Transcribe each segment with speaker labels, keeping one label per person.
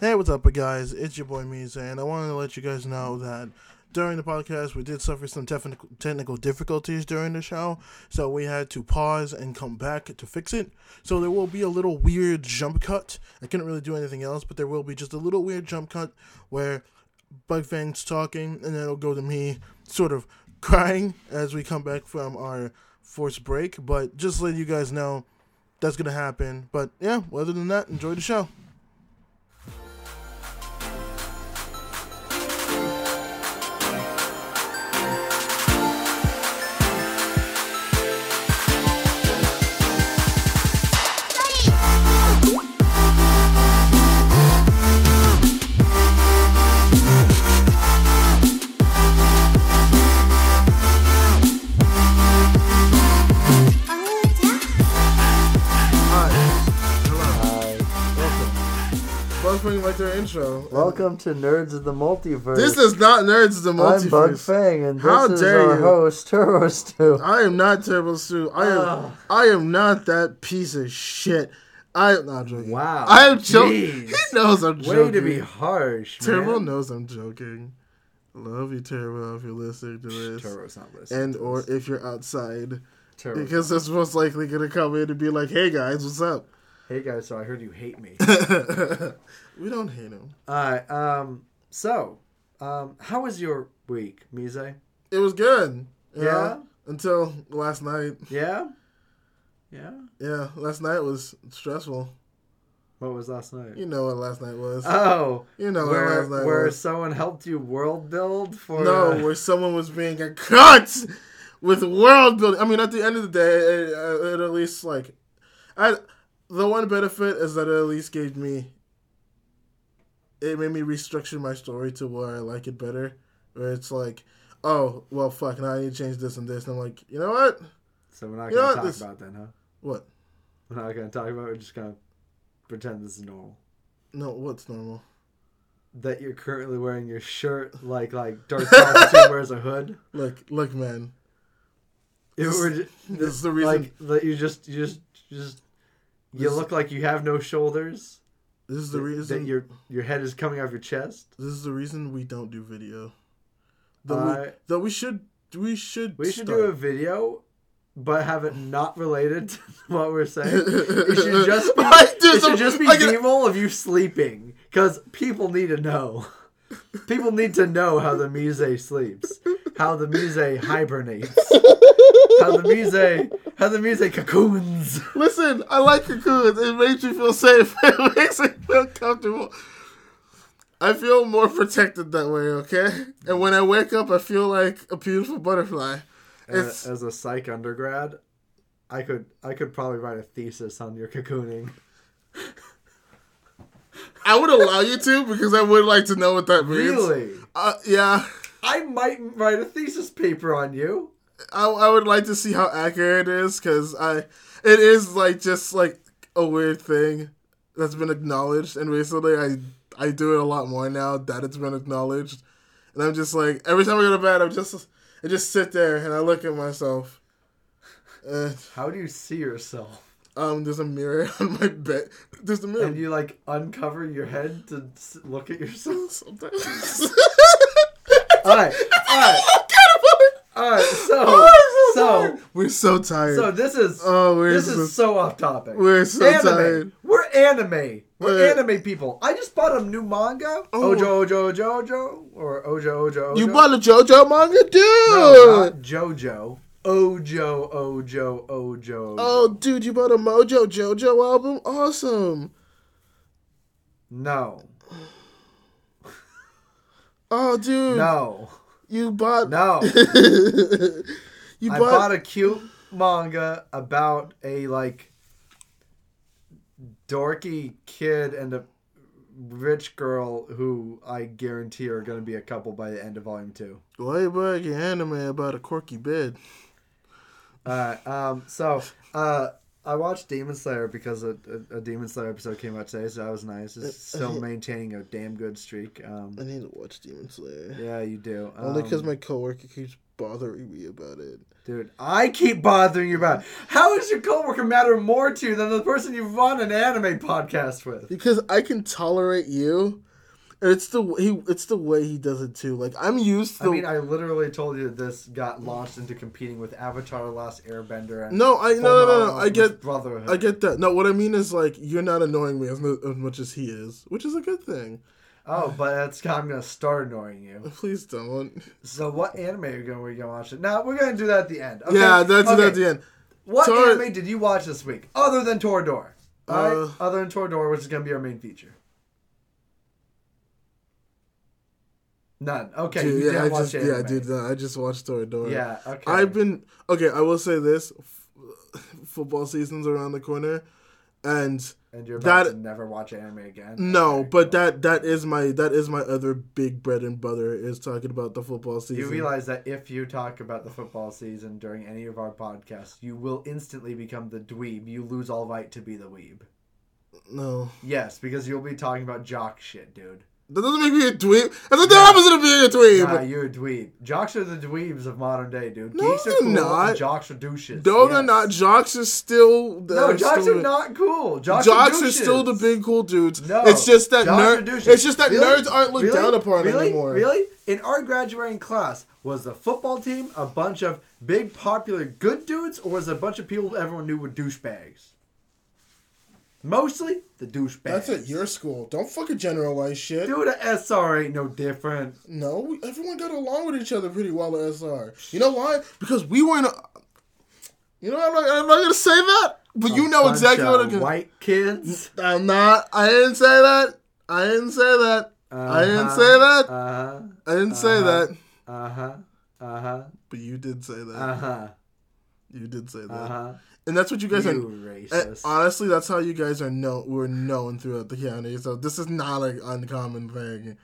Speaker 1: Hey, what's up, guys? It's your boy Misa, and I wanted to let you guys know that during the podcast we did suffer some technical technical difficulties during the show, so we had to pause and come back to fix it. So there will be a little weird jump cut. I couldn't really do anything else, but there will be just a little weird jump cut where Bugfang's talking, and then it'll go to me sort of crying as we come back from our forced break. But just letting you guys know that's gonna happen. But yeah, other than that, enjoy the show.
Speaker 2: Hi. Welcome.
Speaker 1: Bugfang like their intro.
Speaker 2: Welcome to Nerds of the Multiverse.
Speaker 1: This is not Nerds the
Speaker 2: I'm Bug
Speaker 1: Multiverse.
Speaker 2: Fang, and this
Speaker 1: How
Speaker 2: is
Speaker 1: dare
Speaker 2: our
Speaker 1: you.
Speaker 2: host, Turo
Speaker 1: I am not Turbo Sue. I am
Speaker 3: Ah.
Speaker 2: Ugh.
Speaker 1: I am not that piece of shit. I am not joking.
Speaker 3: Wow.
Speaker 1: I am joking.
Speaker 3: Jeez.
Speaker 1: He knows I'm joking.
Speaker 3: Way to be harsh,
Speaker 1: Turbo
Speaker 3: man.
Speaker 1: knows I'm joking. Love you, Turbo, if you're listening to this.
Speaker 3: Turbo's not listening.
Speaker 1: And
Speaker 3: to
Speaker 1: or
Speaker 3: this.
Speaker 1: if you're outside.
Speaker 3: Turbo.
Speaker 1: Because that's most likely gonna come in and be like, hey guys, what's up?
Speaker 3: hey guys, so I heard you hate me.
Speaker 1: we don't hate him.
Speaker 3: Alright, um, so, um, how was your week, Mise?
Speaker 1: It was good. you
Speaker 3: Yeah?
Speaker 1: know, Until last night.
Speaker 3: Yeah? Yeah?
Speaker 1: Yeah, last night was stressful.
Speaker 3: What was last night?
Speaker 1: You know what last night was.
Speaker 3: Oh,
Speaker 1: you know what
Speaker 3: where,
Speaker 1: last night
Speaker 3: where
Speaker 1: was.
Speaker 3: someone helped you world build for
Speaker 1: No,
Speaker 3: uh,
Speaker 1: where someone was being a cut with world building. I mean, at the end of the day, it, uh, it at least like, I the one benefit is that it at least gave me. It made me restructure my story to where I like it better. Where it's like, oh well, fuck, now I need to change this and this. And I'm like, you know what?
Speaker 3: so we're not
Speaker 1: You know
Speaker 3: gonna
Speaker 1: what,
Speaker 3: talk
Speaker 1: this-
Speaker 3: about then, huh?
Speaker 1: What?
Speaker 3: We're not gonna talk about it, we're just gonna pretend this is normal.
Speaker 1: No, what's normal?
Speaker 3: That you're currently wearing your shirt like like Darth Palpatine wears a hood.
Speaker 1: Look, look, man.
Speaker 3: It
Speaker 1: This-
Speaker 3: were ju-
Speaker 1: this is the reason-
Speaker 3: Like that you just you just you just you
Speaker 1: This-
Speaker 3: look like you have no shoulders.
Speaker 1: This is the
Speaker 3: that-
Speaker 1: reason.
Speaker 3: that your your head is coming off your chest.
Speaker 1: This is the reason we don't do video. Though, we,
Speaker 3: Uh,
Speaker 1: though we should, we should.
Speaker 3: We should do a video, but have it not related to what we're saying. It should just be
Speaker 1: I did
Speaker 3: it
Speaker 1: some-
Speaker 3: should just be
Speaker 1: I can-
Speaker 3: B-roll of you sleeping, because people need to know. People need to know how the Mise sleeps, how the Mise hibernates, how the Mise how the Mise cocoons.
Speaker 1: Listen, I like cocoons. It makes me feel safe. It makes me feel comfortable. I feel more protected that way. Okay, and when I wake up, I feel like a beautiful butterfly. It's
Speaker 3: as, as a psych undergrad, I could I could probably write a thesis on your cocooning.
Speaker 1: I would allow you to because I would like to know what that means.
Speaker 3: Really?
Speaker 1: Uh, yeah,
Speaker 3: I might write a thesis paper on you.
Speaker 1: I, I would like to see how accurate it is because I it is like just like a weird thing that's been acknowledged and recently I I do it a lot more now that it's been acknowledged and I'm just like every time I go to bed I'm just I just sit there and I look at myself and
Speaker 3: How do you see yourself?
Speaker 1: um there's a mirror on my bed there's a mirror
Speaker 3: And you like uncover your head to s- look at yourself.
Speaker 1: sometimes
Speaker 3: All right, all right, all right. So, so,
Speaker 1: we're so tired
Speaker 3: so this is
Speaker 1: oh we're
Speaker 3: this
Speaker 1: so,
Speaker 3: is so off topic.
Speaker 1: we're so
Speaker 3: anime.
Speaker 1: tired
Speaker 3: We're anime. We're
Speaker 1: Wait.
Speaker 3: anime people. I just bought a new manga.
Speaker 1: Oh.
Speaker 3: Ojo Ojo Ojo Ojo or Ojo Ojo Ojo.
Speaker 1: you bought a JoJo manga dude
Speaker 3: No, not JoJo. Ojo, Ojo, Ojo.
Speaker 1: Oh, dude, you bought a Mojo Jojo album? Awesome.
Speaker 3: No,
Speaker 1: Oh, dude,
Speaker 3: no,
Speaker 1: you bought.
Speaker 3: no.
Speaker 1: you
Speaker 3: I
Speaker 1: bought.
Speaker 3: bought a cute manga about a like dorky kid and a rich girl who I guarantee are going to be a couple by the end of volume two.
Speaker 1: Why you buying an anime about a quirky bed?
Speaker 3: Alright, um, so uh, I watched Demon Slayer because a, a, a Demon Slayer episode came out today, so that was nice.
Speaker 1: Uh,
Speaker 3: It's still maintaining a damn good streak. Um,
Speaker 1: I need to watch Demon Slayer.
Speaker 3: yeah, you do. Um,
Speaker 1: Uh, Only because my coworker keeps bothering me about it.
Speaker 3: dude, I keep bothering you about. How is your coworker matter more to you than the person you've on an anime podcast with?
Speaker 1: Because I can tolerate you, and it's the he it's the way he does it too. Like I'm used to.
Speaker 3: I mean, I literally told you that this got launched into competing with Avatar: The Last Airbender. And
Speaker 1: no, I no no no. no.
Speaker 3: Fullmetal
Speaker 1: I get
Speaker 3: Brotherhood.
Speaker 1: I get that. No, what I mean is like you're not annoying me as, mu- as much as he is, which is a good thing.
Speaker 3: Oh, but that's I'm gonna start annoying you.
Speaker 1: Please don't.
Speaker 3: So what anime are you gonna, we gonna watch? It? Now we're gonna do that at the end. Okay?
Speaker 1: Yeah, that's
Speaker 3: okay.
Speaker 1: that's the end.
Speaker 3: What
Speaker 1: Tor-
Speaker 3: anime did you watch this week other than Toradora? All right,
Speaker 1: Uh,
Speaker 3: other than Toradora, which is gonna be our main feature. None. Okay,
Speaker 1: Dude,
Speaker 3: you
Speaker 1: yeah,
Speaker 3: didn't
Speaker 1: I
Speaker 3: watch
Speaker 1: just
Speaker 3: anime.
Speaker 1: yeah, dude. No, I just watched Toradora.
Speaker 3: Yeah, okay.
Speaker 1: I've been okay. I will say this: f- football season's around the corner, and
Speaker 3: and you're about
Speaker 1: that-
Speaker 3: to never watch anime again.
Speaker 1: no,
Speaker 3: Okay,
Speaker 1: but
Speaker 3: cool.
Speaker 1: that that is my that is my other big bread and butter is talking about the football
Speaker 3: You
Speaker 1: season.
Speaker 3: realize that if you talk about the football season during any of our podcasts, you will instantly become the dweeb. You lose all right to be the weeb.
Speaker 1: no,
Speaker 3: Yes, because you'll be talking about jock shit, dude.
Speaker 1: that doesn't make me a dweeb. That's not the
Speaker 3: Nah.
Speaker 1: opposite of being a dweeb.
Speaker 3: Nah, you're a dweeb. Jocks are the dweebs of modern day, dude.
Speaker 1: No,
Speaker 3: Geeks are
Speaker 1: they're
Speaker 3: cool,
Speaker 1: not.
Speaker 3: and jocks are douches.
Speaker 1: no, they're
Speaker 3: Yes.
Speaker 1: not. Jocks are still
Speaker 3: No,
Speaker 1: they're
Speaker 3: jocks
Speaker 1: still-
Speaker 3: are not cool. Jocks,
Speaker 1: Jocks are
Speaker 3: douches.
Speaker 1: still the big cool dudes.
Speaker 3: No,
Speaker 1: it's just that
Speaker 3: jocks are
Speaker 1: nerd.
Speaker 3: douches.
Speaker 1: It's just that
Speaker 3: Really?
Speaker 1: nerds aren't looked
Speaker 3: Really?
Speaker 1: down upon
Speaker 3: really?
Speaker 1: anymore.
Speaker 3: Really? In our graduating class, was the football team a bunch of big, popular, good dudes, or was it a bunch of people everyone knew were douchebags? Mostly the douchebags.
Speaker 1: That's at your school. Don't fucking generalize shit.
Speaker 3: Dude, a SR ain't no different.
Speaker 1: No, we- everyone got along with each other pretty well at SR. You know why? Because we weren't. A, you know, I'm not, I'm not gonna say that, but you know
Speaker 3: Bunch
Speaker 1: exactly what
Speaker 3: of
Speaker 1: I'm gonna.
Speaker 3: White kids.
Speaker 1: I'm not. I didn't say that. I didn't say that.
Speaker 3: Uh-huh,
Speaker 1: I didn't say that.
Speaker 3: Uh huh.
Speaker 1: I didn't say that.
Speaker 3: Uh huh. Uh huh.
Speaker 1: But you did say that.
Speaker 3: Uh huh.
Speaker 1: you did say that.
Speaker 3: Uh huh.
Speaker 1: And that's what you guys are.
Speaker 3: You Uh,
Speaker 1: and
Speaker 3: racist.
Speaker 1: honestly, that's how you guys are known. We're known throughout the county, so this is not an uncommon thing.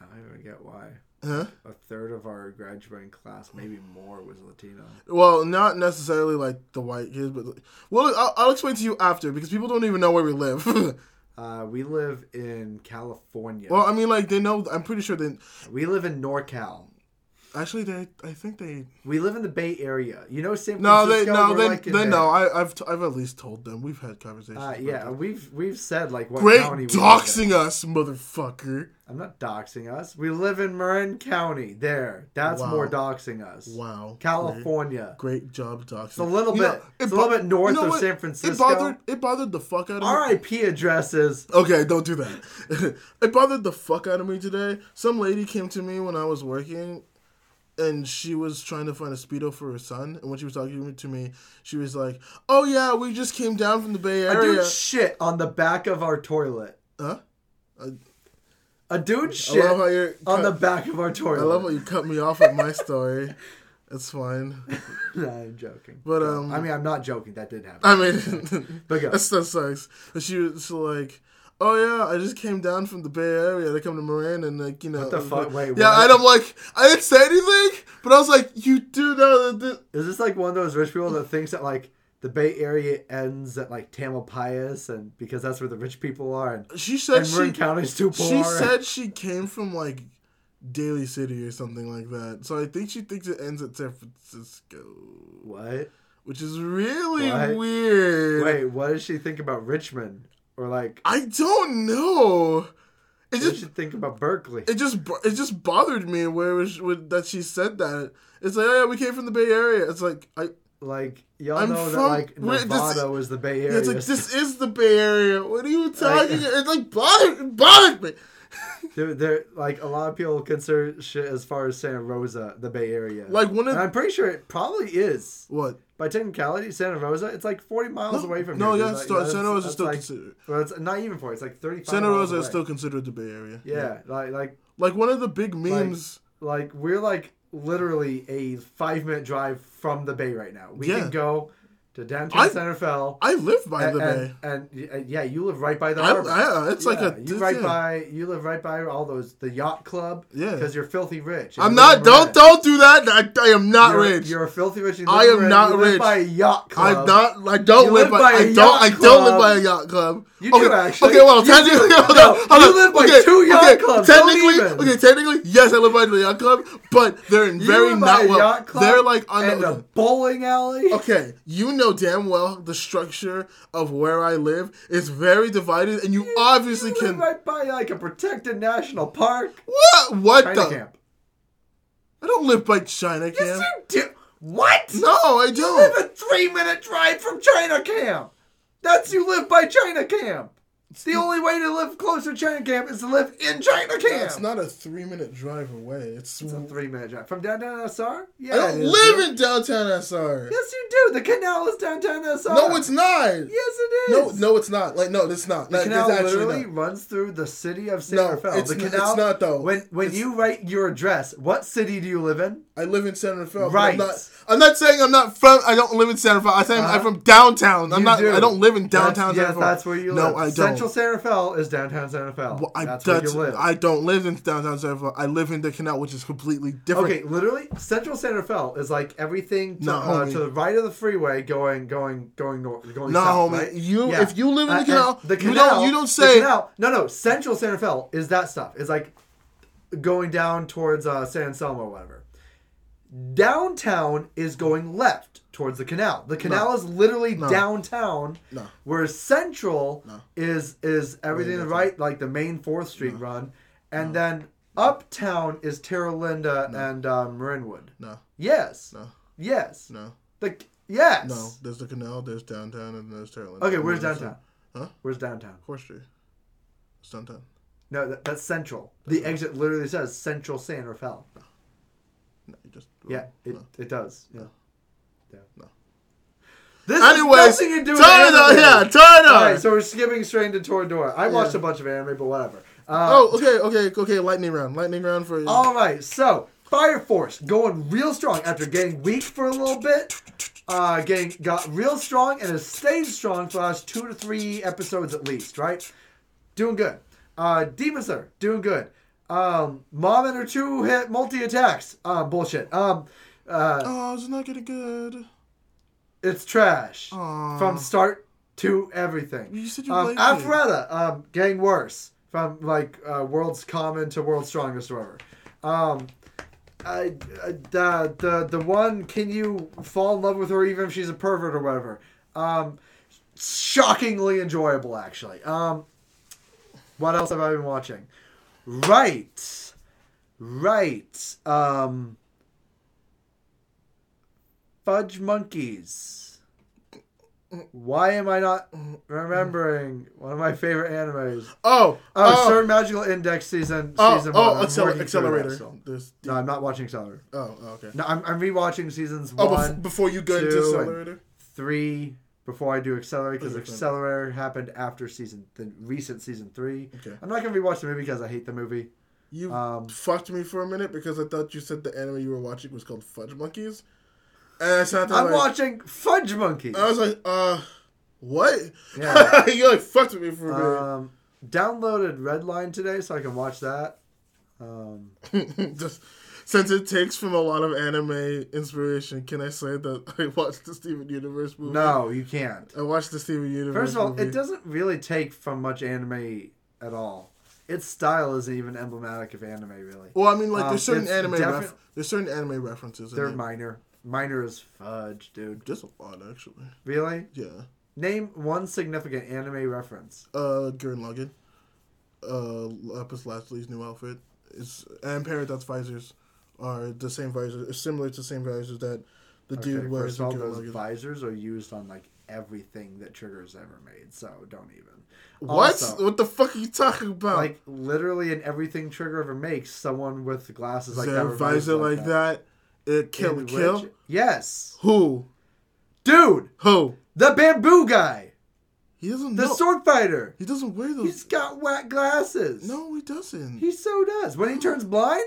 Speaker 3: I don't even get why.
Speaker 1: Huh?
Speaker 3: A third of our graduating class, maybe more, was Latino.
Speaker 1: Well, not necessarily like the white kids, but well, I'll, I'll explain to you after because people don't even know where we live.
Speaker 3: Uh, we live in California.
Speaker 1: well, I mean, like they know. I'm pretty sure they
Speaker 3: we live in NorCal.
Speaker 1: actually they. I think they.
Speaker 3: We live in the Bay Area. You know San
Speaker 1: No,
Speaker 3: Francisco.
Speaker 1: they no
Speaker 3: we're
Speaker 1: they,
Speaker 3: like in
Speaker 1: they
Speaker 3: there.
Speaker 1: know. I, I've t- I've at least told them. We've had conversations.
Speaker 3: Uh,
Speaker 1: about
Speaker 3: yeah,
Speaker 1: that.
Speaker 3: we've we've said like what
Speaker 1: Great
Speaker 3: county we live in.
Speaker 1: doxing us, motherfucker!
Speaker 3: I'm not doxing us. We live in Marin County. There, that's
Speaker 1: Wow.
Speaker 3: more doxing us.
Speaker 1: Wow,
Speaker 3: California.
Speaker 1: Great, great job, doxing.
Speaker 3: It's a little
Speaker 1: You
Speaker 3: bit.
Speaker 1: know, it
Speaker 3: it's a
Speaker 1: bo-
Speaker 3: little bit north
Speaker 1: you know
Speaker 3: of
Speaker 1: what?
Speaker 3: San Francisco.
Speaker 1: It bothered. It bothered the fuck out of me.
Speaker 3: RIP addresses.
Speaker 1: Okay, don't do that. it bothered the fuck out of me today. Some lady came to me when I was working and she was trying to find a Speedo for her son. And when she was talking to me, she was like, Oh, yeah, we just came down from the Bay
Speaker 3: A
Speaker 1: Area.
Speaker 3: dude shit on the back of our toilet.
Speaker 1: huh?
Speaker 3: A dude
Speaker 1: I
Speaker 3: shit
Speaker 1: love how you're. cut-
Speaker 3: on the back of our toilet.
Speaker 1: I love how you cut me off at my story. It's fine.
Speaker 3: Nah, I'm joking.
Speaker 1: But,
Speaker 3: No,
Speaker 1: um,
Speaker 3: I mean, I'm not joking. That did happen.
Speaker 1: I mean,
Speaker 3: But go.
Speaker 1: that stuff sucks. But she was like, "Oh yeah, I just came down from the Bay Area to come to Moran, and like you know." What
Speaker 3: the fuck? Wait,
Speaker 1: yeah,
Speaker 3: what?
Speaker 1: and I'm like, I didn't say anything, but I was like, "You do know that." This...
Speaker 3: Is this like one of those rich people that thinks that like the Bay Area ends at like Tamalpais and because that's where the rich people are and,
Speaker 1: She said
Speaker 3: and Marin
Speaker 1: she.
Speaker 3: County's too poor?
Speaker 1: She said she came from like Daly City or something like that. So I think she thinks it ends at San Francisco,
Speaker 3: what?
Speaker 1: which is really
Speaker 3: What?
Speaker 1: weird.
Speaker 3: Wait, what does she think about Richmond or like?
Speaker 1: I don't know. It
Speaker 3: What does
Speaker 1: just
Speaker 3: she think about Berkeley?
Speaker 1: it just bo- it just bothered me where it was when, that she said that. It's like, oh yeah, we came from the Bay Area. It's like, I,
Speaker 3: Like y'all
Speaker 1: I'm
Speaker 3: know that
Speaker 1: from-
Speaker 3: like
Speaker 1: wait, this-
Speaker 3: Nevada was the Bay Area.
Speaker 1: it's like this is the Bay Area. What are you talking?
Speaker 3: Like-
Speaker 1: it's like bothered it bothered me.
Speaker 3: Dude, there like a lot of people consider shit as far as Santa Rosa the Bay Area.
Speaker 1: Like one of
Speaker 3: and I'm pretty sure it probably is.
Speaker 1: what?
Speaker 3: By technicality, Santa Rosa, it's like 40 miles away from
Speaker 1: no,
Speaker 3: here.
Speaker 1: yeah,
Speaker 3: It's like-
Speaker 1: still-
Speaker 3: that's-
Speaker 1: Santa Rosa is
Speaker 3: that's
Speaker 1: still
Speaker 3: like-
Speaker 1: considered.
Speaker 3: Well, it's not even 40. It's like 35
Speaker 1: Santa
Speaker 3: miles
Speaker 1: Rosa
Speaker 3: away.
Speaker 1: is still considered the Bay Area.
Speaker 3: Yeah, like like
Speaker 1: like one of the big memes.
Speaker 3: like we're like literally a 5 minute drive from the bay right now. We
Speaker 1: Yeah.
Speaker 3: can go to downtown
Speaker 1: I-
Speaker 3: Center Fell.
Speaker 1: I live by
Speaker 3: and,
Speaker 1: the bay.
Speaker 3: and, and, y- and yeah, you live right by the
Speaker 1: I,
Speaker 3: harbor.
Speaker 1: I, it's like
Speaker 3: Yeah,
Speaker 1: a.
Speaker 3: you right
Speaker 1: yeah.
Speaker 3: by you live right by all those the yacht club.
Speaker 1: Yeah.
Speaker 3: because you're filthy rich. and
Speaker 1: I'm
Speaker 3: you
Speaker 1: not.
Speaker 3: live
Speaker 1: Don't
Speaker 3: rich.
Speaker 1: don't do that. I, I am not
Speaker 3: You're-
Speaker 1: rich.
Speaker 3: You're a filthy rich. and you
Speaker 1: I
Speaker 3: live
Speaker 1: am
Speaker 3: rich.
Speaker 1: not
Speaker 3: you live
Speaker 1: rich.
Speaker 3: by a yacht club.
Speaker 1: I'm not. I don't
Speaker 3: You
Speaker 1: live
Speaker 3: live
Speaker 1: by.
Speaker 3: by a
Speaker 1: I don't.
Speaker 3: yacht
Speaker 1: I don't live
Speaker 3: club.
Speaker 1: by a yacht club.
Speaker 3: You
Speaker 1: okay,
Speaker 3: do, actually.
Speaker 1: Okay, well,
Speaker 3: You do.
Speaker 1: technically, hold
Speaker 3: No,
Speaker 1: on, hold
Speaker 3: you
Speaker 1: on.
Speaker 3: live by
Speaker 1: okay,
Speaker 3: two yacht
Speaker 1: okay,
Speaker 3: clubs, don't
Speaker 1: Technically,
Speaker 3: even.
Speaker 1: okay, technically, yes, I live by the yacht club, but they're in
Speaker 3: You
Speaker 1: very
Speaker 3: live by
Speaker 1: not
Speaker 3: a
Speaker 1: well.
Speaker 3: yacht club
Speaker 1: They're like on
Speaker 3: and
Speaker 1: the.
Speaker 3: a bowling alley.
Speaker 1: Okay, you know damn well the structure of where I live is very divided, and you obviously
Speaker 3: You live
Speaker 1: can.
Speaker 3: right by like a protected national park.
Speaker 1: What? What
Speaker 3: China
Speaker 1: the?
Speaker 3: camp.
Speaker 1: I don't live by China
Speaker 3: Yes,
Speaker 1: Camp.
Speaker 3: you do. What?
Speaker 1: No, I
Speaker 3: You live
Speaker 1: don't.
Speaker 3: a three minute drive from China Camp. That's you live by China Camp. It's the only way to live close to China Camp is to live in China Camp.
Speaker 1: It's not a three-minute drive away. It's.
Speaker 3: It's a three minute drive from downtown SR. Yeah,
Speaker 1: I don't
Speaker 3: it is,
Speaker 1: live
Speaker 3: dude.
Speaker 1: in downtown SR.
Speaker 3: Yes, you do. The canal is downtown SR.
Speaker 1: No, it's not.
Speaker 3: Yes, it
Speaker 1: No,
Speaker 3: is.
Speaker 1: no, it's not. Like, no, it's not.
Speaker 3: The
Speaker 1: Like,
Speaker 3: canal
Speaker 1: it's actually
Speaker 3: literally
Speaker 1: not.
Speaker 3: runs through the city of San
Speaker 1: No,
Speaker 3: Rafael.
Speaker 1: it's
Speaker 3: the
Speaker 1: n- it's
Speaker 3: canal,
Speaker 1: not, though.
Speaker 3: When when
Speaker 1: It's-
Speaker 3: you write your address, what city do you live in?
Speaker 1: I live in San Rafael. but I'm
Speaker 3: Right.
Speaker 1: not. I'm not saying I'm not from. I don't live in San Rafael. I'm saying I'm
Speaker 3: Uh-huh.
Speaker 1: from downtown. I'm
Speaker 3: You
Speaker 1: not.
Speaker 3: do.
Speaker 1: I don't live in
Speaker 3: That's-
Speaker 1: downtown.
Speaker 3: yes,
Speaker 1: San Rafael.
Speaker 3: that's where you
Speaker 1: no,
Speaker 3: live.
Speaker 1: I don't.
Speaker 3: Central San Rafael is downtown San Rafael.
Speaker 1: Well, I,
Speaker 3: that's,
Speaker 1: that's
Speaker 3: where you live.
Speaker 1: I don't live in downtown San Rafael. I live in the canal, which is completely different.
Speaker 3: Okay, literally, Central Santa Fe is like everything to,
Speaker 1: No,
Speaker 3: uh,
Speaker 1: homie.
Speaker 3: to the right of the freeway, going, going, going north, going
Speaker 1: No,
Speaker 3: south.
Speaker 1: homie.
Speaker 3: right?
Speaker 1: You
Speaker 3: Yeah.
Speaker 1: if you live in
Speaker 3: Uh,
Speaker 1: the
Speaker 3: and
Speaker 1: canal,
Speaker 3: the
Speaker 1: you don't
Speaker 3: canal-
Speaker 1: you don't
Speaker 3: the
Speaker 1: say
Speaker 3: canal- no, no. Central Santa Fe is that stuff. It's like going down towards uh, San Anselmo or whatever. Downtown is going left towards the canal. The canal is literally downtown.
Speaker 1: No.
Speaker 3: Whereas central
Speaker 1: No.
Speaker 3: is is everything to the right, like the main Fourth Street run, and then uptown is Terra Linda and um, Marinwood.
Speaker 1: no,
Speaker 3: Yes.
Speaker 1: No.
Speaker 3: Yes.
Speaker 1: no,
Speaker 3: The yes.
Speaker 1: no. There's the canal. There's downtown, and there's Terrell.
Speaker 3: Okay, where's downtown?
Speaker 1: Huh?
Speaker 3: Where's downtown?
Speaker 1: Fourth Street. It's downtown.
Speaker 3: No, that, that's central. The exit literally says Central San Rafael.
Speaker 1: No, you just
Speaker 3: Yeah, it,
Speaker 1: no.
Speaker 3: it does. Yeah. yeah.
Speaker 1: No.
Speaker 3: This
Speaker 1: Anyways,
Speaker 3: has
Speaker 1: turn
Speaker 3: nothing
Speaker 1: it
Speaker 3: to do with anime.
Speaker 1: on. Yeah, turn it
Speaker 3: All
Speaker 1: on.
Speaker 3: right, so we're skipping straight into Toradora. I watched a bunch of anime, but whatever. Uh,
Speaker 1: oh, okay, okay, okay. Lightning round. Lightning round for you.
Speaker 3: All right, so Fire Force going real strong after getting weak for a little bit. Uh, getting got real strong and has stayed strong for the last two to three episodes at least, right? Doing good. Uh, Demon Slayer doing good. Um, Mom and her two hit multi attacks. Uh, bullshit. Um, uh,
Speaker 1: Oh, it's not getting good.
Speaker 3: it's trash
Speaker 1: Aw.
Speaker 3: from start to everything.
Speaker 1: You said you
Speaker 3: um,
Speaker 1: liked it.
Speaker 3: Alpharetta, um, getting worse from like uh, world's common to world's strongest, or whatever. Um, I, I, the the the one can you fall in love with her even if she's a pervert or whatever. Um, shockingly enjoyable actually. Um, what else have I been watching? Right, right. Um, Fudge Monkeys. Why am I not remembering one of my favorite animes?
Speaker 1: Oh,
Speaker 3: Oh,
Speaker 1: oh,
Speaker 3: Certain Magical Index season
Speaker 1: oh,
Speaker 3: season one.
Speaker 1: oh,
Speaker 3: I'm
Speaker 1: acceler-
Speaker 3: working through that
Speaker 1: accelerator.
Speaker 3: still.
Speaker 1: There's,
Speaker 3: No, I'm not watching Accelerator.
Speaker 1: oh, oh, okay.
Speaker 3: No, I'm, I'm rewatching seasons
Speaker 1: Oh,
Speaker 3: one,
Speaker 1: before, before you go into
Speaker 3: two, and-
Speaker 1: accelerator.
Speaker 3: three before I do Accelerator because
Speaker 1: Okay, fine.
Speaker 3: Accelerator happened after season the recent season three.
Speaker 1: Okay.
Speaker 3: I'm not gonna rewatch the movie because I hate the movie.
Speaker 1: You
Speaker 3: Um,
Speaker 1: fucked me for a minute because I thought you said the anime you were watching was called Fudge Monkeys, and I sat there
Speaker 3: I'm
Speaker 1: like,
Speaker 3: watching Fudge Monkey.
Speaker 1: I was like, uh, what?
Speaker 3: Yeah.
Speaker 1: you like fucked with me for a
Speaker 3: Um, downloaded Redline today so I can watch that. Um,
Speaker 1: minute. Just since it takes from a lot of anime inspiration, can I say that I watched the Steven Universe movie?
Speaker 3: no, you can't.
Speaker 1: I watched the Steven Universe.
Speaker 3: First of all,
Speaker 1: movie.
Speaker 3: it doesn't really take from much anime at all. Its style isn't even emblematic of anime, really.
Speaker 1: Well, I mean, like
Speaker 3: um,
Speaker 1: there's certain
Speaker 3: it's
Speaker 1: anime
Speaker 3: defi-
Speaker 1: ref- there's certain anime references.
Speaker 3: They're
Speaker 1: in it.
Speaker 3: minor. Minor as fudge, dude.
Speaker 1: There's a lot actually.
Speaker 3: Really?
Speaker 1: Yeah.
Speaker 3: Name one significant anime reference.
Speaker 1: Uh, Gurren Lagann. Uh, Lapis Lazuli's new outfit is and Peridot's visors are the same visors, similar to the same visors that the dude
Speaker 3: Okay,
Speaker 1: wears
Speaker 3: first
Speaker 1: in
Speaker 3: of
Speaker 1: Gurren
Speaker 3: all, those
Speaker 1: Lagann.
Speaker 3: visors are used on like everything that Trigger's ever made, so don't even.
Speaker 1: What?
Speaker 3: Also,
Speaker 1: what the fuck are you talking about?
Speaker 3: oh, like literally in everything Trigger ever makes, someone with glasses like that
Speaker 1: their
Speaker 3: reminds
Speaker 1: visor
Speaker 3: me of
Speaker 1: like that. It
Speaker 3: In
Speaker 1: kill kill.
Speaker 3: which- Yes,
Speaker 1: Who?
Speaker 3: dude,
Speaker 1: Who?
Speaker 3: the bamboo guy,
Speaker 1: He doesn't
Speaker 3: the
Speaker 1: know.
Speaker 3: sword fighter.
Speaker 1: he doesn't wear those.
Speaker 3: He's got whack glasses.
Speaker 1: no, he doesn't. He,
Speaker 3: He so does. When he turns blind?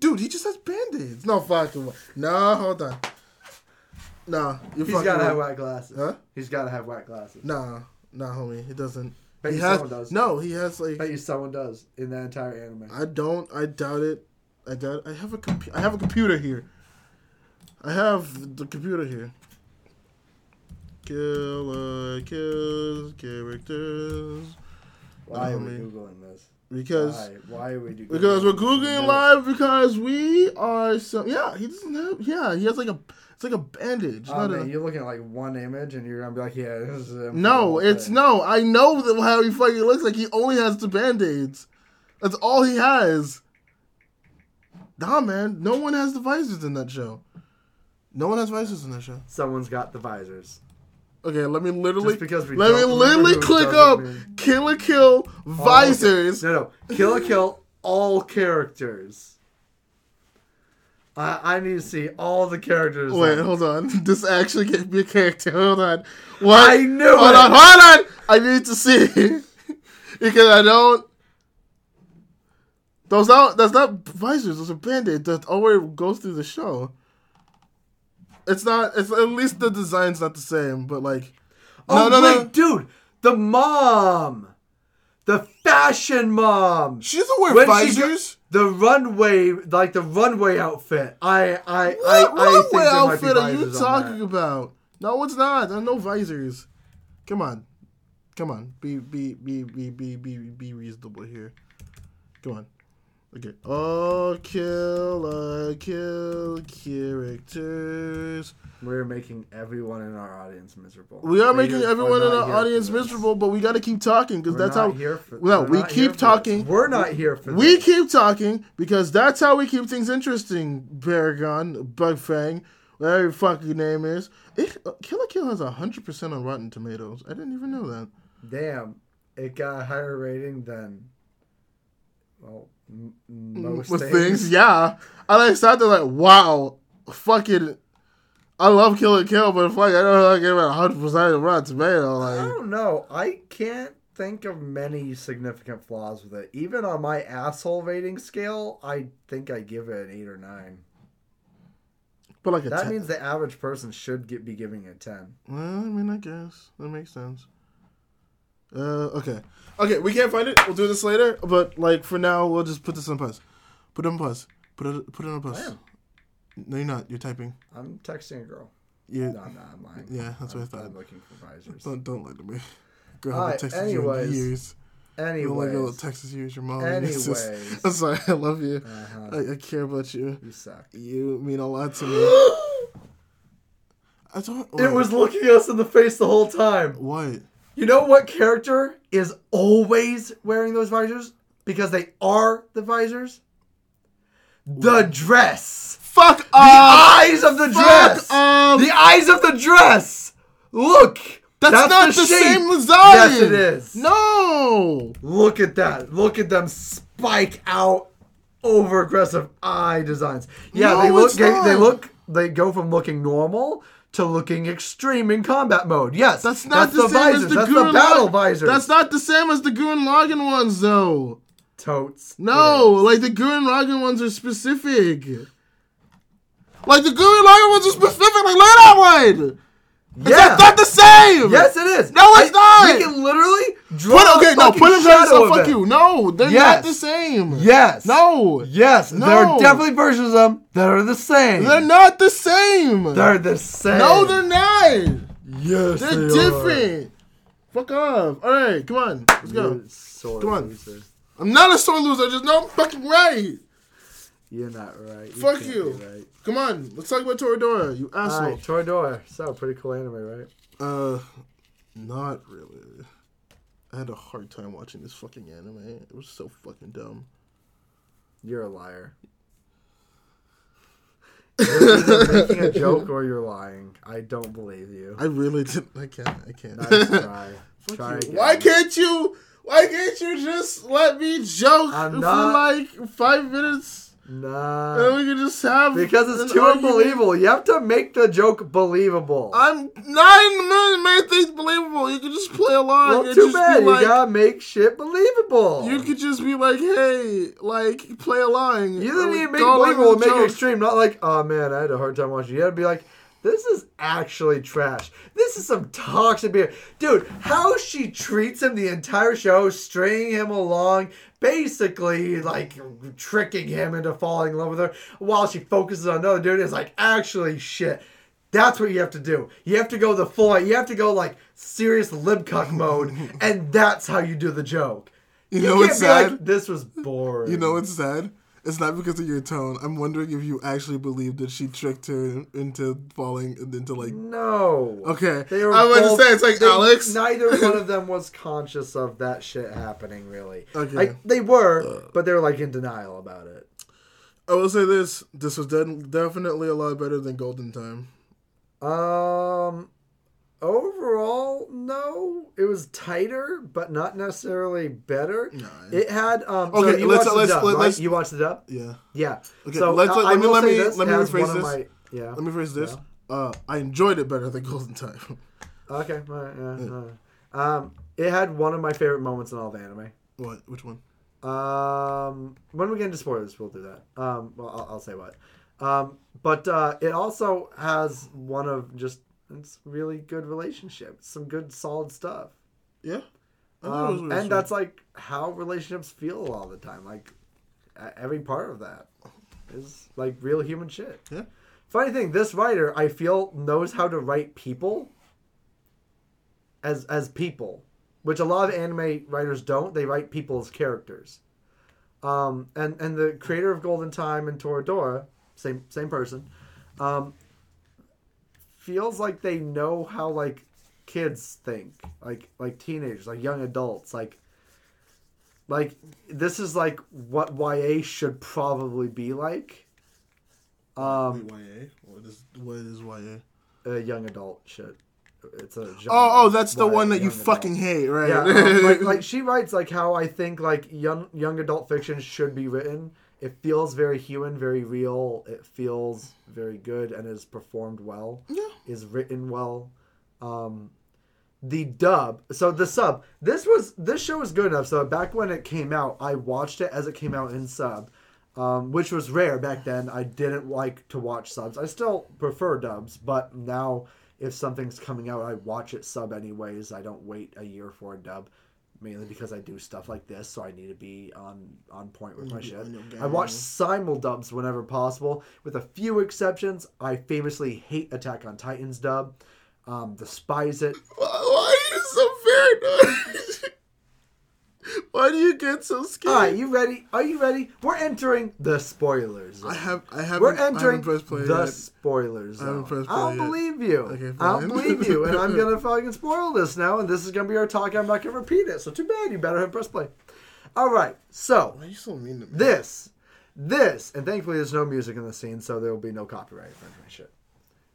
Speaker 1: dude, he just has band-aids. No fucking. way. No, hold on. Nah, you
Speaker 3: He's
Speaker 1: fucking
Speaker 3: gotta have
Speaker 1: right.
Speaker 3: whack glasses.
Speaker 1: Huh?
Speaker 3: He's gotta have whack glasses.
Speaker 1: Nah, nah, homie, he doesn't.
Speaker 3: Bet
Speaker 1: he
Speaker 3: you
Speaker 1: has
Speaker 3: someone does.
Speaker 1: no. He has like.
Speaker 3: Bet you someone does in that entire anime.
Speaker 1: I don't. I doubt it. I doubt. I have a compu- I have a computer here. I have the computer here. Killer kills characters
Speaker 3: Why are we
Speaker 1: Homie.
Speaker 3: googling this?
Speaker 1: because
Speaker 3: why, why are we doing?
Speaker 1: because we're googling
Speaker 3: No.
Speaker 1: live because we are some yeah he doesn't have yeah he has like a it's like a bandage
Speaker 3: Oh,
Speaker 1: not
Speaker 3: man,
Speaker 1: a,
Speaker 3: you're looking at like one image and you're gonna be like, yeah, this is him for the
Speaker 1: no
Speaker 3: whole
Speaker 1: it's
Speaker 3: thing.
Speaker 1: no I know that how he fucking looks like he only has the band aids that's all he has nah man no one has the visors in that show no one has visors in that show
Speaker 3: Someone's got the visors.
Speaker 1: okay let me literally
Speaker 3: Just because we
Speaker 1: let me
Speaker 3: don't remember
Speaker 1: literally
Speaker 3: who it
Speaker 1: click up
Speaker 3: doesn't mean-
Speaker 1: killer kill visors
Speaker 3: No, no, Kill a Kill all characters. I, I need to see all the characters.
Speaker 1: Wait,
Speaker 3: then.
Speaker 1: hold on. This actually gave me a character. Hold on. What?
Speaker 3: I knew
Speaker 1: hold
Speaker 3: it!
Speaker 1: on, hold on! I need to see. because I don't... Those not, that's not visors, those are band-aids. That always goes through the show. It's not... It's At least the design's not the same, but like...
Speaker 3: oh
Speaker 1: no, no,
Speaker 3: wait,
Speaker 1: no.
Speaker 3: dude, the mom, the fashion mom.
Speaker 1: She doesn't wear
Speaker 3: When she go-
Speaker 1: visors.
Speaker 3: The runway, like the runway outfit. I, I,
Speaker 1: What
Speaker 3: I, I think
Speaker 1: runway
Speaker 3: there might be
Speaker 1: outfit are you
Speaker 3: visors on that.
Speaker 1: talking about? No, it's not. There are no visors. Come on, come on. Be be be be be be be reasonable here. Come on. Okay. All killer kill characters.
Speaker 3: We're making everyone in our audience miserable.
Speaker 1: We are
Speaker 3: They
Speaker 1: making
Speaker 3: just
Speaker 1: everyone
Speaker 3: are
Speaker 1: in
Speaker 3: not
Speaker 1: our
Speaker 3: here for
Speaker 1: audience
Speaker 3: this.
Speaker 1: miserable, but we got to keep talking because
Speaker 3: We're
Speaker 1: that's
Speaker 3: not
Speaker 1: how.
Speaker 3: here for-
Speaker 1: no,
Speaker 3: we're
Speaker 1: we
Speaker 3: not here
Speaker 1: keep
Speaker 3: for this.
Speaker 1: talking.
Speaker 3: We're not here for
Speaker 1: We
Speaker 3: this.
Speaker 1: keep talking because that's how we keep things interesting, Baragon, Bugfang, whatever your fucking name is. It, uh, Kill la Kill has 100% on Rotten Tomatoes. I didn't even know that.
Speaker 3: Damn, it got a higher rating than well m- most
Speaker 1: With
Speaker 3: things.
Speaker 1: things. yeah. I like sat there like, wow, fucking, I love Kill la Kill, but fuck, I don't know how I gave it 100% on Rotten Tomato.
Speaker 3: I
Speaker 1: Like,
Speaker 3: don't know. I can't think of many significant flaws with it. Even on my asshole rating scale, I think I give it an eight or nine.
Speaker 1: but like a
Speaker 3: That
Speaker 1: 10.
Speaker 3: means the average person should get, be giving it a ten.
Speaker 1: Well, I mean, I guess that makes sense. Uh, okay, okay, we can't find it. We'll do this later, but like for now, we'll just put this on pause. Put it on pause. Put it. Put it on
Speaker 3: I
Speaker 1: pause.
Speaker 3: am.
Speaker 1: No, you're not. You're typing.
Speaker 3: I'm texting a girl.
Speaker 1: You
Speaker 3: No, I'm not. I'm lying.
Speaker 1: Yeah, that's what I
Speaker 3: I'm,
Speaker 1: thought.
Speaker 3: I'm looking for visors.
Speaker 1: don't don't lie to me. Girl, I
Speaker 3: Alright,
Speaker 1: haven't texted you in
Speaker 3: anyways.
Speaker 1: years. You don't like girl that
Speaker 3: Anyways,
Speaker 1: texts you as your mom. and your sis.
Speaker 3: anyways,
Speaker 1: I'm sorry. I love you.
Speaker 3: uh-huh.
Speaker 1: I, I care about you.
Speaker 3: you suck.
Speaker 1: You mean a lot to me. I don't.
Speaker 3: It was looking us in the face the whole time.
Speaker 1: what?
Speaker 3: You know what character is always wearing those visors? Because they are the visors? The dress.
Speaker 1: Fuck
Speaker 3: The
Speaker 1: off.
Speaker 3: eyes of the dress.
Speaker 1: off.
Speaker 3: The eyes of the dress. Look.
Speaker 1: um, That's, not the,
Speaker 3: shape.
Speaker 1: same as
Speaker 3: Yes, it
Speaker 1: Zion.
Speaker 3: is.
Speaker 1: No.
Speaker 3: Look at that. Look at them spike out over aggressive eye designs. Yeah,
Speaker 1: No,
Speaker 3: they look
Speaker 1: it's
Speaker 3: they, they
Speaker 1: not.
Speaker 3: look they go from looking normal to looking extreme in combat mode. Yes.
Speaker 1: That's not the, same
Speaker 3: visors.
Speaker 1: as the
Speaker 3: That's
Speaker 1: Gurren
Speaker 3: the battle
Speaker 1: Lag-
Speaker 3: visors.
Speaker 1: That's not the same as the Gurren Lagann ones, though.
Speaker 3: totes.
Speaker 1: No, like the Gurren Lagann ones are specific. Like the Gurren Lagann ones are specific. Like learn that one.
Speaker 3: Yeah.
Speaker 1: That's not the same.
Speaker 3: yes, it is.
Speaker 1: No, it's
Speaker 3: I- We
Speaker 1: not.
Speaker 3: can literally draw.
Speaker 1: Put, okay,
Speaker 3: a
Speaker 1: no.
Speaker 3: fucking
Speaker 1: Put it
Speaker 3: shadow
Speaker 1: so
Speaker 3: of
Speaker 1: fuck
Speaker 3: it.
Speaker 1: you. No, they're
Speaker 3: Yes.
Speaker 1: not the same.
Speaker 3: Yes.
Speaker 1: No.
Speaker 3: Yes. There
Speaker 1: No.
Speaker 3: are definitely versions of them that are the same.
Speaker 1: They're not the same.
Speaker 3: They're the same.
Speaker 1: no, they're not.
Speaker 3: Yes.
Speaker 1: They're
Speaker 3: they are.
Speaker 1: different. Fuck off. All right, come on. Let's go.
Speaker 3: You're sore
Speaker 1: Come on.
Speaker 3: loser.
Speaker 1: I'm not a sore loser. I just know I'm fucking right.
Speaker 3: You're not right. You
Speaker 1: Fuck
Speaker 3: can't
Speaker 1: you.
Speaker 3: be Right.
Speaker 1: Come on, let's talk about Toradora, you
Speaker 3: All
Speaker 1: asshole.
Speaker 3: right, Toradora. So pretty cool anime, right?
Speaker 1: Uh, not really. I had a hard time watching this fucking anime. It was so fucking dumb.
Speaker 3: You're a liar. You're either making a joke or you're lying. I don't believe you.
Speaker 1: I really didn't. I can't. I can't.
Speaker 3: Nice try.
Speaker 1: Fuck
Speaker 3: try
Speaker 1: you.
Speaker 3: again.
Speaker 1: Why can't you? Why can't you just let me joke
Speaker 3: I'm
Speaker 1: for
Speaker 3: not-
Speaker 1: like five minutes?
Speaker 3: Nah.
Speaker 1: and we can just have
Speaker 3: Because
Speaker 1: an
Speaker 3: it's too
Speaker 1: argument?
Speaker 3: unbelievable. You have to make the joke believable.
Speaker 1: I'm nine million made things believable. You can just play along.
Speaker 3: well,
Speaker 1: and
Speaker 3: too
Speaker 1: just be
Speaker 3: bad.
Speaker 1: like-
Speaker 3: you gotta make shit believable.
Speaker 1: You could just be like, hey, like, play along.
Speaker 3: You
Speaker 1: Or
Speaker 3: didn't even make it
Speaker 1: go along
Speaker 3: believable and
Speaker 1: with
Speaker 3: make
Speaker 1: the
Speaker 3: it
Speaker 1: joke.
Speaker 3: extreme. Not like, oh man, I had a hard time watching. You had to be like, This is actually trash. This is some toxic beer. Dude, how she treats him the entire show, straying him along, basically like tricking him into falling in love with her while she focuses on another dude is like actually shit. That's what you have to do. You have to go the full you have to go like serious libcuck mode, and that's how you do the joke.
Speaker 1: You know what's sad?
Speaker 3: this was boring.
Speaker 1: You know what's sad? It's not because of your tone. I'm wondering if you actually believe that she tricked her into falling into like.
Speaker 3: No.
Speaker 1: Okay.
Speaker 3: They were
Speaker 1: I was gonna
Speaker 3: both-
Speaker 1: say, it's like,
Speaker 3: they-
Speaker 1: Alex?
Speaker 3: Neither one of them was conscious of that shit happening, really.
Speaker 1: Okay. Uh.
Speaker 3: Like, they were, but they were like in denial about it.
Speaker 4: I will say this: this was de- definitely a lot better than Golden Time.
Speaker 3: Um, overall, no, it was tighter, but not necessarily better. It had um. so
Speaker 1: Okay,
Speaker 3: you
Speaker 1: let's-
Speaker 3: watched
Speaker 1: let's-
Speaker 3: the dub,
Speaker 1: let-
Speaker 3: right?
Speaker 1: let's-
Speaker 3: You watched the dub?
Speaker 4: Yeah.
Speaker 3: Yeah.
Speaker 1: Okay,
Speaker 3: So
Speaker 1: let's-
Speaker 3: I-
Speaker 1: let
Speaker 3: I
Speaker 1: me-
Speaker 3: will
Speaker 1: let
Speaker 3: say
Speaker 1: me-
Speaker 3: this
Speaker 1: let me
Speaker 3: as
Speaker 1: rephrase
Speaker 3: one of
Speaker 1: this.
Speaker 3: my- yeah.
Speaker 1: Let me phrase this. Uh, I enjoyed it better than Golden Time.
Speaker 3: Okay. all right, yeah, all right. Um, it had one of my favorite moments in all of anime.
Speaker 1: What? Which one?
Speaker 3: Um, when we get into spoilers, we'll do that. Um, well, I'll, I'll say what. Um, but uh, it also has one of just it's really good relationships, some good solid stuff,
Speaker 1: Yeah. I thought it was
Speaker 3: um,
Speaker 1: really
Speaker 3: and that's like how relationships feel all the time. Like e- every part of that is like real human shit.
Speaker 1: Yeah.
Speaker 3: Funny thing, this writer I feel knows how to write people as as people, which a lot of anime writers don't. They write people as characters. Um, and and the creator of Golden Time and Toradora, same same person, um, feels like they know how like kids think, like like teenagers, like young adults, like like this is like what YA should probably be like. Um,
Speaker 1: sweet. YA. What is what is YA?
Speaker 3: uh, young adult shit. It's a genre.
Speaker 1: Oh, oh, that's the
Speaker 3: Why
Speaker 1: one that you
Speaker 3: young adult?
Speaker 1: fucking hate, right?
Speaker 3: yeah. um, like, like she writes like how I think like young young adult fiction should be written. It feels very human, very real. It feels very good and is performed well.
Speaker 1: Yeah.
Speaker 3: Is written well. Um, the dub. So the sub. This was this show was good enough. So back when it came out, I watched it as it came out in sub, um, which was rare back then. I didn't like to watch subs. I still prefer dubs, but now if something's coming out, I watch it sub anyways. I don't wait a year for a dub, mainly because I do stuff like this, so I need to be on on point with my shit. I watch simul dubs whenever possible, with a few exceptions. I famously hate Attack on Titans dub. Um, despise it.
Speaker 1: Why are you so paranoid? Why do you get so scared?
Speaker 3: All right, you ready? Are you ready? We're entering the spoilers.
Speaker 1: I
Speaker 3: zone.
Speaker 1: have I haven't
Speaker 3: We're
Speaker 1: I haven't
Speaker 3: entering
Speaker 1: pressed play
Speaker 3: the
Speaker 1: yet.
Speaker 3: spoilers. Zone. I,
Speaker 1: haven't pressed play
Speaker 3: don't
Speaker 1: yet.
Speaker 3: believe you.
Speaker 1: Okay,
Speaker 3: I don't
Speaker 1: fine.
Speaker 3: believe you, and I'm gonna fucking spoil this now. And this is gonna be our talk. I'm not gonna repeat it. So too bad. You better have press play. All right. So
Speaker 1: Why are you so mean to me?
Speaker 3: this, this, and thankfully there's no music in the scene, so there will be no copyright infringement shit.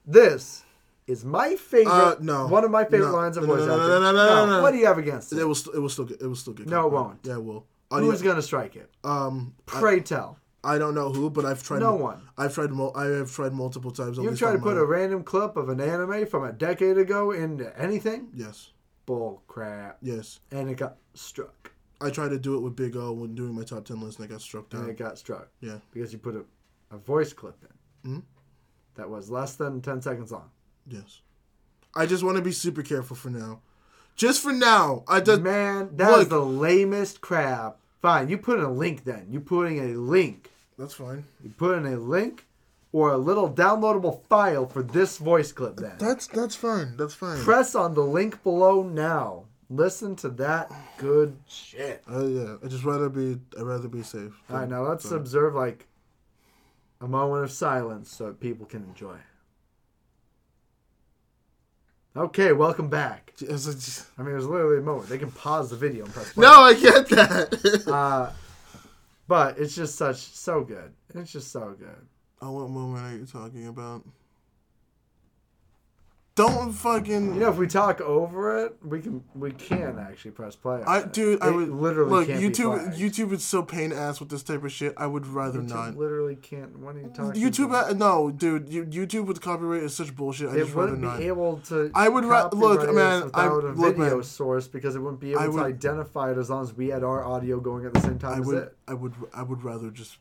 Speaker 3: This is my favorite.
Speaker 1: Uh, no.
Speaker 3: One of my favorite
Speaker 1: No.
Speaker 3: lines of
Speaker 1: No, no,
Speaker 3: voice
Speaker 1: no, no,
Speaker 3: acting.
Speaker 1: no, no, no, no, no.
Speaker 3: What do you have against
Speaker 1: It
Speaker 3: it?
Speaker 1: will st- it will still get it will still get
Speaker 3: No, it
Speaker 1: copyright.
Speaker 3: won't.
Speaker 1: Yeah, it will.
Speaker 3: Who's
Speaker 1: Audio,
Speaker 3: gonna strike it?
Speaker 1: um
Speaker 3: Pray tell.
Speaker 1: I don't know who, but I've tried
Speaker 3: No one.
Speaker 1: I've tried mul- I have tried multiple times. at
Speaker 3: You
Speaker 1: least
Speaker 3: try to
Speaker 1: on
Speaker 3: put a
Speaker 1: mine.
Speaker 3: random clip of an anime from a decade ago into anything?
Speaker 1: Yes.
Speaker 3: Bull crap.
Speaker 1: Yes.
Speaker 3: And it got struck.
Speaker 1: I tried to do it with Big O when doing my top ten list and I got struck
Speaker 3: And
Speaker 1: down.
Speaker 3: it got struck.
Speaker 1: Yeah.
Speaker 3: Because you put a, a voice clip in. That was less than 10 seconds long.
Speaker 1: Yes. I just want to be super careful for now. Just for now. I just
Speaker 3: Man, that
Speaker 1: Look.
Speaker 3: was the lamest crap. Fine, you put in a link then. you put in a link.
Speaker 1: That's fine.
Speaker 3: You put in a link or a little downloadable file for this voice clip then.
Speaker 1: That's that's fine. That's fine.
Speaker 3: Press on the link below now. Listen to that good shit.
Speaker 1: Uh, yeah, I just rather be. I would rather be safe.
Speaker 3: All right, now let's observe like a moment of silence so that people can enjoy. Okay, welcome back.
Speaker 1: It's like, just-
Speaker 3: I mean, it was literally a moment. They can pause the video and press play.
Speaker 1: no, I get that.
Speaker 3: Uh, but it's just such so good. It's just so good.
Speaker 1: oh, what moment are you talking about? Don't fucking.
Speaker 3: You know, if we talk over it, we can we can actually press play. on
Speaker 1: I
Speaker 3: it.
Speaker 1: dude, I
Speaker 3: It
Speaker 1: would
Speaker 3: literally
Speaker 1: look.
Speaker 3: can't
Speaker 1: YouTube,
Speaker 3: Be flagged.
Speaker 1: YouTube is so pain ass with this type of shit. I would rather
Speaker 3: YouTube
Speaker 1: not.
Speaker 3: literally can't. What are you talking?
Speaker 1: YouTube,
Speaker 3: about?
Speaker 1: uh, no, dude. You, YouTube with copyright is such bullshit. I
Speaker 3: it
Speaker 1: just rather
Speaker 3: wouldn't be
Speaker 1: not.
Speaker 3: able to.
Speaker 1: I would ra- look,
Speaker 3: copyright us
Speaker 1: man, I-
Speaker 3: Without a
Speaker 1: look,
Speaker 3: video
Speaker 1: man.
Speaker 3: source, because it wouldn't be able
Speaker 1: I
Speaker 3: to
Speaker 1: would-
Speaker 3: identify it as long as we had our audio going at the same time
Speaker 1: I
Speaker 3: as
Speaker 1: would,
Speaker 3: it.
Speaker 1: I would, I would rather just.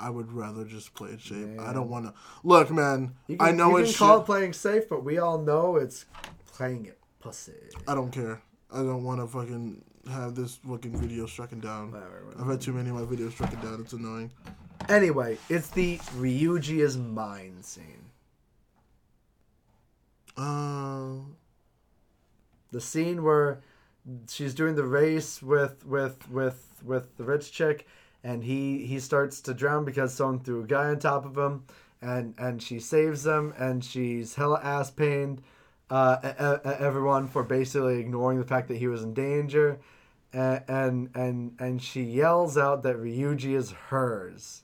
Speaker 1: I would rather just play it safe. I don't want to. Look, man.
Speaker 3: You can,
Speaker 1: I know
Speaker 3: you
Speaker 1: it's
Speaker 3: can
Speaker 1: shit.
Speaker 3: call it playing safe, but we all know it's playing it pussy.
Speaker 1: I don't care. I don't want to fucking have this fucking video stricken down.
Speaker 3: Whatever, whatever.
Speaker 1: I've had too many of my videos stricken down. It's annoying.
Speaker 3: Anyway, it's the Ryuji is mine scene.
Speaker 1: Uh,
Speaker 3: The scene where she's doing the race with with with with the rich chick, and he he starts to drown because someone threw a guy on top of him, and and she saves him, and she's hella ass pained. Uh, e- e- everyone for basically ignoring the fact that he was in danger, and and and, and she yells out that Ryuji is hers.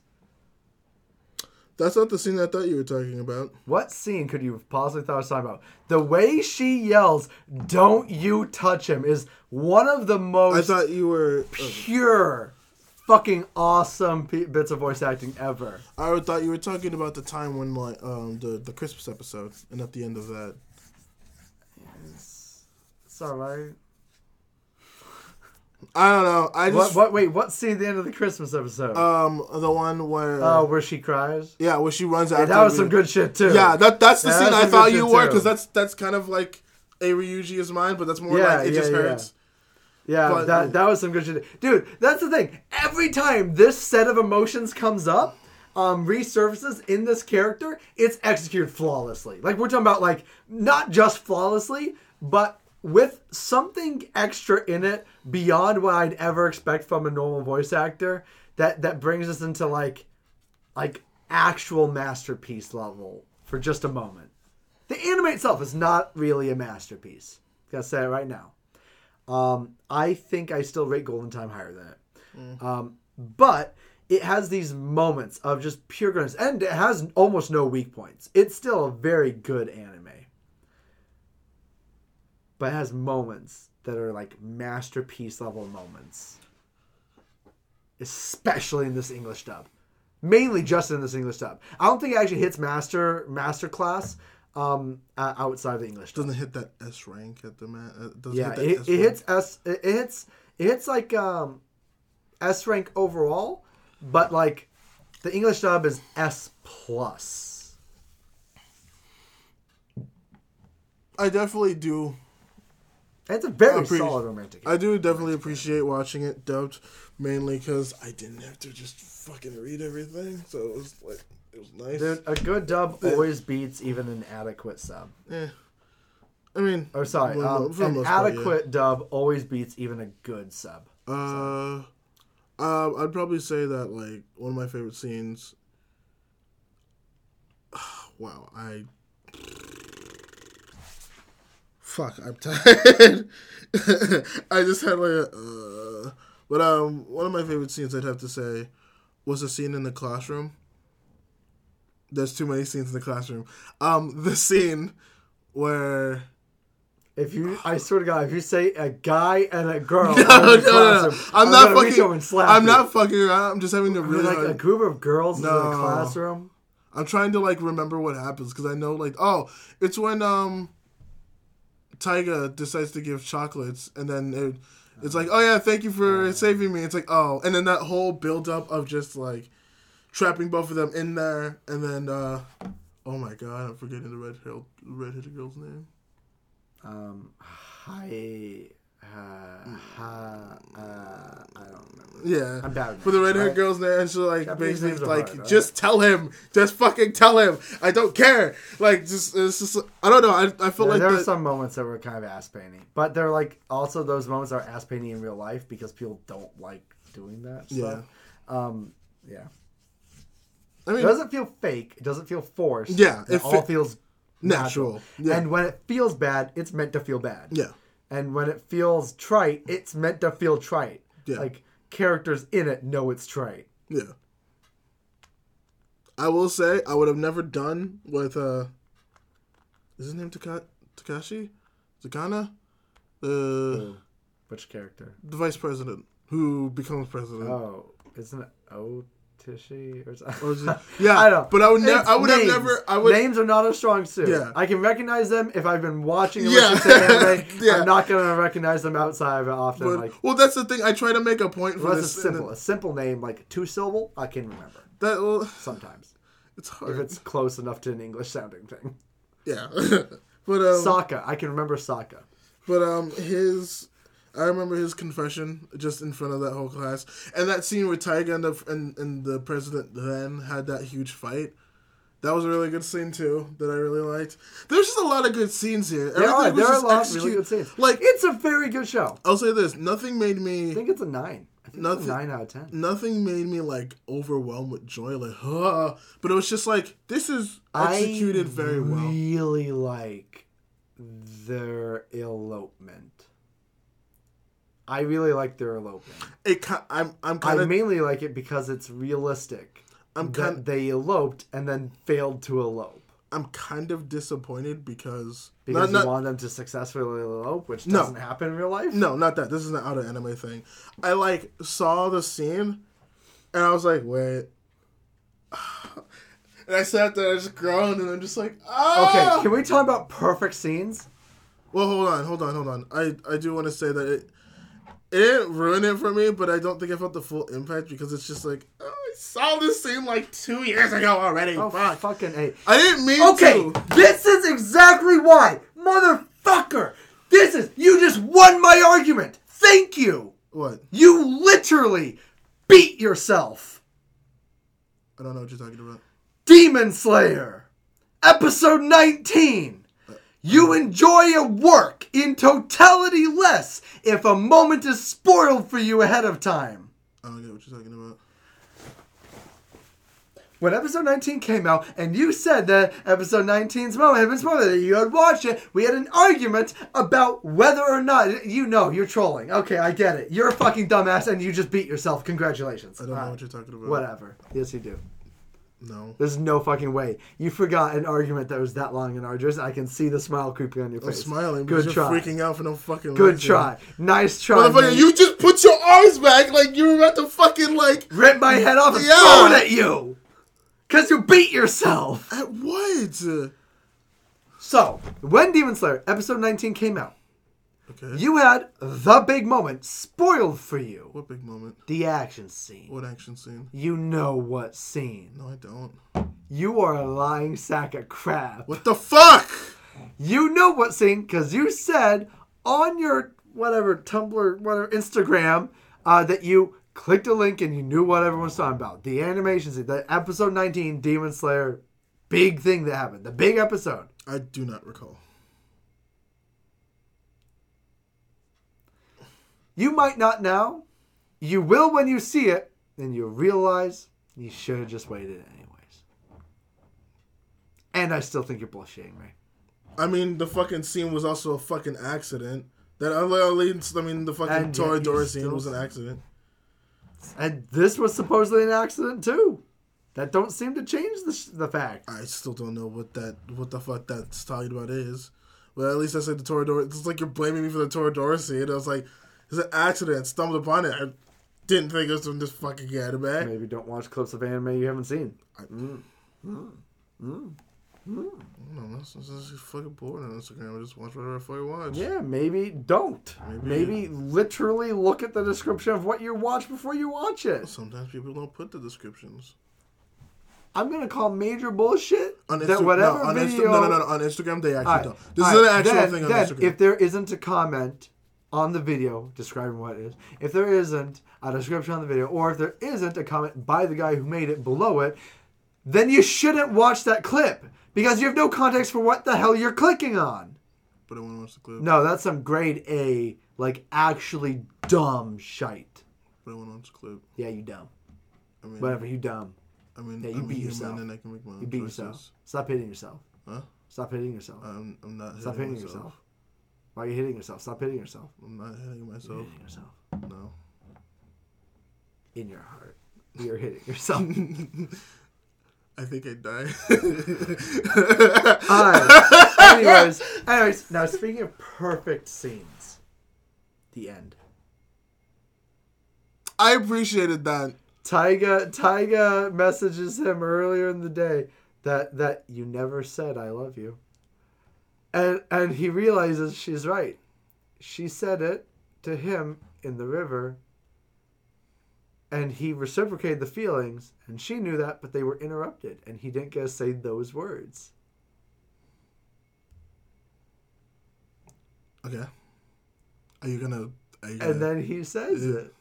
Speaker 1: that's not the scene I thought you were talking about.
Speaker 3: What scene could you have possibly thought I was talking about? The way she yells, "Don't you touch him!" is one of the
Speaker 1: I
Speaker 3: most
Speaker 1: thought you were. uh,
Speaker 3: pure, fucking awesome p- bits of voice acting ever.
Speaker 1: I thought you were talking about the time when like um the the Christmas episode and at the end of that.
Speaker 3: It's, it's all right.
Speaker 1: I don't know. I
Speaker 3: What?
Speaker 1: just
Speaker 3: What? Wait, what scene at the end of the Christmas episode? Oh,
Speaker 1: um the one where
Speaker 3: where she cries.
Speaker 1: yeah where she runs out.
Speaker 3: Oh. that was some good shit too.
Speaker 1: Yeah, that that's the
Speaker 3: Yeah,
Speaker 1: scene
Speaker 3: that's
Speaker 1: I
Speaker 3: some
Speaker 1: thought
Speaker 3: good
Speaker 1: you
Speaker 3: shit,
Speaker 1: were
Speaker 3: too.
Speaker 1: because that's that's kind of like a Ryuji is mine, but that's more
Speaker 3: Yeah,
Speaker 1: like it
Speaker 3: yeah,
Speaker 1: just
Speaker 3: yeah.
Speaker 1: hurts.
Speaker 3: Yeah,
Speaker 1: But-
Speaker 3: that that was some good shit, dude. That's the thing. Every time this set of emotions comes up, um, resurfaces in this character, it's executed flawlessly. Like we're talking about, like not just flawlessly, but with something extra in it beyond what I'd ever expect from a normal voice actor. That that brings us into like, like actual masterpiece level for just a moment. The anime itself is not really a masterpiece. Gotta say it right now. Um, I think I still rate Golden Time higher than it. Um, but it has these moments of just pure goodness, and it has almost no weak points. It's still a very good anime, but it has moments that are like masterpiece level moments, especially in this English dub. Mainly just in this English dub. I don't think it actually hits master master class um, uh, outside of the English. Dub.
Speaker 1: Doesn't hit that S rank at the man. uh, Doesn't hit
Speaker 3: Yeah,
Speaker 1: that
Speaker 3: it,
Speaker 1: S
Speaker 3: it
Speaker 1: rank.
Speaker 3: hits S. It it hits it hits like um, S rank overall, but like the English dub is S plus.
Speaker 1: I definitely do.
Speaker 3: It's a very
Speaker 1: Appreciate-
Speaker 3: solid romantic.
Speaker 1: I do definitely appreciate watching it dubbed, mainly because I didn't have to just fucking read everything, so it was like it was nice.
Speaker 3: Dude, a good dub always beats even an adequate sub.
Speaker 1: Eh. I mean,
Speaker 3: Or sorry,
Speaker 1: for the mo-
Speaker 3: um,
Speaker 1: for the
Speaker 3: an
Speaker 1: most part, yeah.
Speaker 3: adequate dub always beats even a good sub.
Speaker 1: Uh, um, I'd probably say that like one of my favorite scenes. wow, I. Fuck, I'm tired. I just had like a. Uh, but um, one of my favorite scenes I'd have to say was the scene in the classroom. There's too many scenes in the classroom. Um, the scene where.
Speaker 3: If you, I swear to God, if you say a guy and a girl,
Speaker 1: No, no, no, no. I'm, not
Speaker 3: gonna reach
Speaker 1: fucking.
Speaker 3: over and slap
Speaker 1: I'm
Speaker 3: you.
Speaker 1: not fucking around. I'm just having to
Speaker 3: I mean,
Speaker 1: really.
Speaker 3: like
Speaker 1: hard-
Speaker 3: a group of girls in
Speaker 1: No.
Speaker 3: a classroom.
Speaker 1: I'm trying to like remember what happens because I know like oh it's when um Tyga decides to give chocolates and then it, it's like oh yeah thank you for saving me it's like oh and then that whole build up of just like trapping both of them in there and then uh oh my god I'm forgetting the red hill red headed girl's name
Speaker 3: Um, hi, uh, hi, uh, I don't remember.
Speaker 1: yeah
Speaker 3: I'm bad with
Speaker 1: for the
Speaker 3: names,
Speaker 1: red haired
Speaker 3: right?
Speaker 1: girl's name and she like
Speaker 3: Japanese names
Speaker 1: basically
Speaker 3: are
Speaker 1: like
Speaker 3: hard, right?
Speaker 1: just tell him just fucking tell him I don't care like just it's just I don't know I I feel
Speaker 3: There,
Speaker 1: like
Speaker 3: there were
Speaker 1: that-
Speaker 3: some moments that were kind of ass painting, but they're like also those moments that are ass painting in real life because people don't like doing that.
Speaker 1: yeah
Speaker 3: Stuff. Yeah. Um. Yeah.
Speaker 1: I mean
Speaker 3: It doesn't feel fake. It doesn't feel forced.
Speaker 1: Yeah,
Speaker 3: It,
Speaker 1: it fe-
Speaker 3: all feels natural.
Speaker 1: natural. Yeah.
Speaker 3: And when it feels bad, it's meant to feel bad.
Speaker 1: yeah.
Speaker 3: And when it feels trite, it's meant to feel trite.
Speaker 1: Yeah.
Speaker 3: Like characters in it know it's trite.
Speaker 1: Yeah. I will say I would have never done with uh is his name Taka- Takashi? Takana?
Speaker 3: Hmm.
Speaker 1: The
Speaker 3: Which character?
Speaker 1: the vice president who becomes president.
Speaker 3: Oh, isn't it Otishi or
Speaker 1: Or is
Speaker 3: something?
Speaker 1: it- yeah,
Speaker 3: I don't.
Speaker 1: but I would ne-
Speaker 3: It's
Speaker 1: I would have
Speaker 3: names.
Speaker 1: never- I would-
Speaker 3: Names are not a strong suit.
Speaker 1: Yeah.
Speaker 3: I can recognize them if I've been watching.
Speaker 1: Yeah.
Speaker 3: Yeah, anime.
Speaker 1: Yeah.
Speaker 3: I'm not gonna recognize them outside of it often.
Speaker 1: But-
Speaker 3: like
Speaker 1: well that's the thing I try to make a point for
Speaker 3: unless it's
Speaker 1: this
Speaker 3: simple, a simple name like two syllable, I can remember.
Speaker 1: That well,
Speaker 3: sometimes
Speaker 1: it's
Speaker 3: if
Speaker 1: hard.
Speaker 3: it's close enough to an English sounding thing.
Speaker 1: yeah, but um,
Speaker 3: Sokka, I can remember Sokka.
Speaker 1: But um, his, I remember his confession just in front of that whole class, and that scene where Tyga and the and, and the president then had that huge fight. That was a really good scene too that I really liked. There's just a lot of good scenes here.
Speaker 3: There are
Speaker 1: Everything was
Speaker 3: there are a
Speaker 1: just
Speaker 3: lot of
Speaker 1: execute-
Speaker 3: really good scenes.
Speaker 1: Like
Speaker 3: it's a very good show.
Speaker 1: I'll say this: nothing made
Speaker 3: I
Speaker 1: me
Speaker 3: think it's a nine. I think it's
Speaker 1: Nothing-
Speaker 3: a nine out of ten.
Speaker 1: nothing made me like overwhelmed with joy, like huh. But it was just like this is executed
Speaker 3: I
Speaker 1: very well.
Speaker 3: Really like their elopement. I really like their elopement.
Speaker 1: It ki- I'm I'm
Speaker 3: I
Speaker 1: kind of
Speaker 3: mainly like it because it's realistic.
Speaker 1: I'm
Speaker 3: that
Speaker 1: kind
Speaker 3: they eloped and then failed to elope
Speaker 1: I'm kind of disappointed because
Speaker 3: because
Speaker 1: not,
Speaker 3: you
Speaker 1: not,
Speaker 3: want them to successfully elope, which
Speaker 1: No.
Speaker 3: doesn't happen in real life.
Speaker 1: No, not that. This is an out of anime thing. I like saw the scene, and I was like, wait. And I sat there, I just groaned, and I'm just like,
Speaker 3: Okay,
Speaker 1: ah.
Speaker 3: can we talk about perfect scenes?
Speaker 1: Well, hold on, hold on, hold on. I I do want to say that it it didn't ruin it for me, but I don't think I felt the full impact because it's just like oh, I saw this scene like two years ago already.
Speaker 3: Oh,
Speaker 1: Fuck.
Speaker 3: fucking a.
Speaker 1: I didn't mean
Speaker 3: Okay,
Speaker 1: to.
Speaker 3: this is exactly why, motherfucker. This is you just won my argument. Thank you.
Speaker 1: What?
Speaker 3: You literally beat yourself.
Speaker 1: I don't know what you're talking about.
Speaker 3: Demon Slayer, episode 19. You enjoy a work in totality less if a moment is spoiled for you ahead of time.
Speaker 1: I don't get what you're talking about.
Speaker 3: When episode 19 came out and you said that episode 19's moment had been spoiled, that you had watched it, we had an argument about whether or not. You know, you're trolling. Okay, I get it. You're a fucking dumbass and you just beat yourself. Congratulations.
Speaker 1: I don't know
Speaker 3: Alright.
Speaker 1: what you're talking about.
Speaker 3: Whatever. Yes, you do.
Speaker 1: No.
Speaker 3: There's no fucking way. You forgot an argument that was that long and arduous. I can see the smile creeping on your
Speaker 1: I'm
Speaker 3: face.
Speaker 1: smiling because
Speaker 3: Good
Speaker 1: you're
Speaker 3: try.
Speaker 1: freaking out for no fucking
Speaker 3: Good
Speaker 1: reason.
Speaker 3: try. Nice try.
Speaker 1: Motherfucker,
Speaker 3: man.
Speaker 1: you just put your arms back like you were about to fucking like
Speaker 3: ripped my head off and
Speaker 1: Yeah.
Speaker 3: throw it at you. Because you beat yourself.
Speaker 1: at what?
Speaker 3: So, when Demon Slayer episode 19 came out,
Speaker 1: Okay.
Speaker 3: you had the big moment spoiled for you.
Speaker 1: What big moment?
Speaker 3: The action scene.
Speaker 1: What action scene?
Speaker 3: You know what scene.
Speaker 1: No, I don't.
Speaker 3: You are a lying sack of crap.
Speaker 1: What the fuck?
Speaker 3: You know what scene because you said on your whatever Tumblr, whatever Instagram uh, that you clicked a link and you knew what everyone's talking about. The animation scene, the episode 19 Demon Slayer big thing that happened, the big episode.
Speaker 1: I do not recall.
Speaker 3: You might not now. You will when you see it, and you'll realize you should have just waited anyways. And I still think you're bullshitting me.
Speaker 1: I mean, the fucking scene was also a fucking accident. That uh, I I mean, the fucking
Speaker 3: And yet you
Speaker 1: Toradora scene
Speaker 3: still-
Speaker 1: was an accident.
Speaker 3: And this was supposedly an accident too. That don't seem to change the, sh- the fact.
Speaker 1: I still don't know what that, what the fuck that's talking about is. But at least I said the Toradora. It's like you're blaming me for the Toradora scene. I was like, it's an accident. Stumbled upon it. I didn't think it was from this fucking anime.
Speaker 3: Maybe don't watch clips of anime you haven't seen.
Speaker 1: No, that's, that's just fucking bored on Instagram. I just watch whatever I fucking watch.
Speaker 3: Yeah, maybe don't. Maybe, literally look at the description of what you watch before you watch it.
Speaker 1: Sometimes people don't put the descriptions.
Speaker 3: I'm gonna call major bullshit
Speaker 1: On
Speaker 3: that
Speaker 1: Insta-
Speaker 3: whatever
Speaker 1: no, on Insta-
Speaker 3: video.
Speaker 1: no, no, no, no, on Instagram they actually
Speaker 3: All right.
Speaker 1: don't. This
Speaker 3: All
Speaker 1: is an
Speaker 3: right.
Speaker 1: actual
Speaker 3: Then-
Speaker 1: thing on
Speaker 3: then
Speaker 1: Instagram.
Speaker 3: If there isn't a comment on the video describing what it is, if there isn't a description on the video, or if there isn't a comment by the guy who made it below it, then you shouldn't watch that clip because you have no context for what the hell you're clicking on.
Speaker 1: but I want to watch the clip.
Speaker 3: No, that's some grade A, like actually dumb shite.
Speaker 1: But I want to watch the clip.
Speaker 3: Yeah, you dumb.
Speaker 1: I mean,
Speaker 3: Whatever, you dumb.
Speaker 1: I mean,
Speaker 3: Yeah, you
Speaker 1: I'm
Speaker 3: beat
Speaker 1: human
Speaker 3: yourself.
Speaker 1: And I can make my own
Speaker 3: You beat
Speaker 1: choices.
Speaker 3: yourself. Stop hitting yourself.
Speaker 1: Huh?
Speaker 3: Stop hitting yourself.
Speaker 1: I'm, I'm not hitting
Speaker 3: Stop Uh, hitting
Speaker 1: myself.
Speaker 3: yourself. Why are you hitting yourself? Stop hitting yourself.
Speaker 1: I'm not hitting myself.
Speaker 3: Hitting yourself.
Speaker 1: No.
Speaker 3: in your heart. You're hitting yourself.
Speaker 1: I think I die.
Speaker 3: Alright. anyways, anyways, now speaking of perfect scenes, the end.
Speaker 1: I appreciated that.
Speaker 3: Tyga Tyga messages him earlier in the day that that you never said I love you. And and he realizes she's right. She said it to him in the river and he reciprocated the feelings, and she knew that, but they were interrupted, and he didn't get to say those words.
Speaker 1: Okay. Are you gonna? Are you gonna
Speaker 3: And then he says
Speaker 1: Yeah.
Speaker 3: it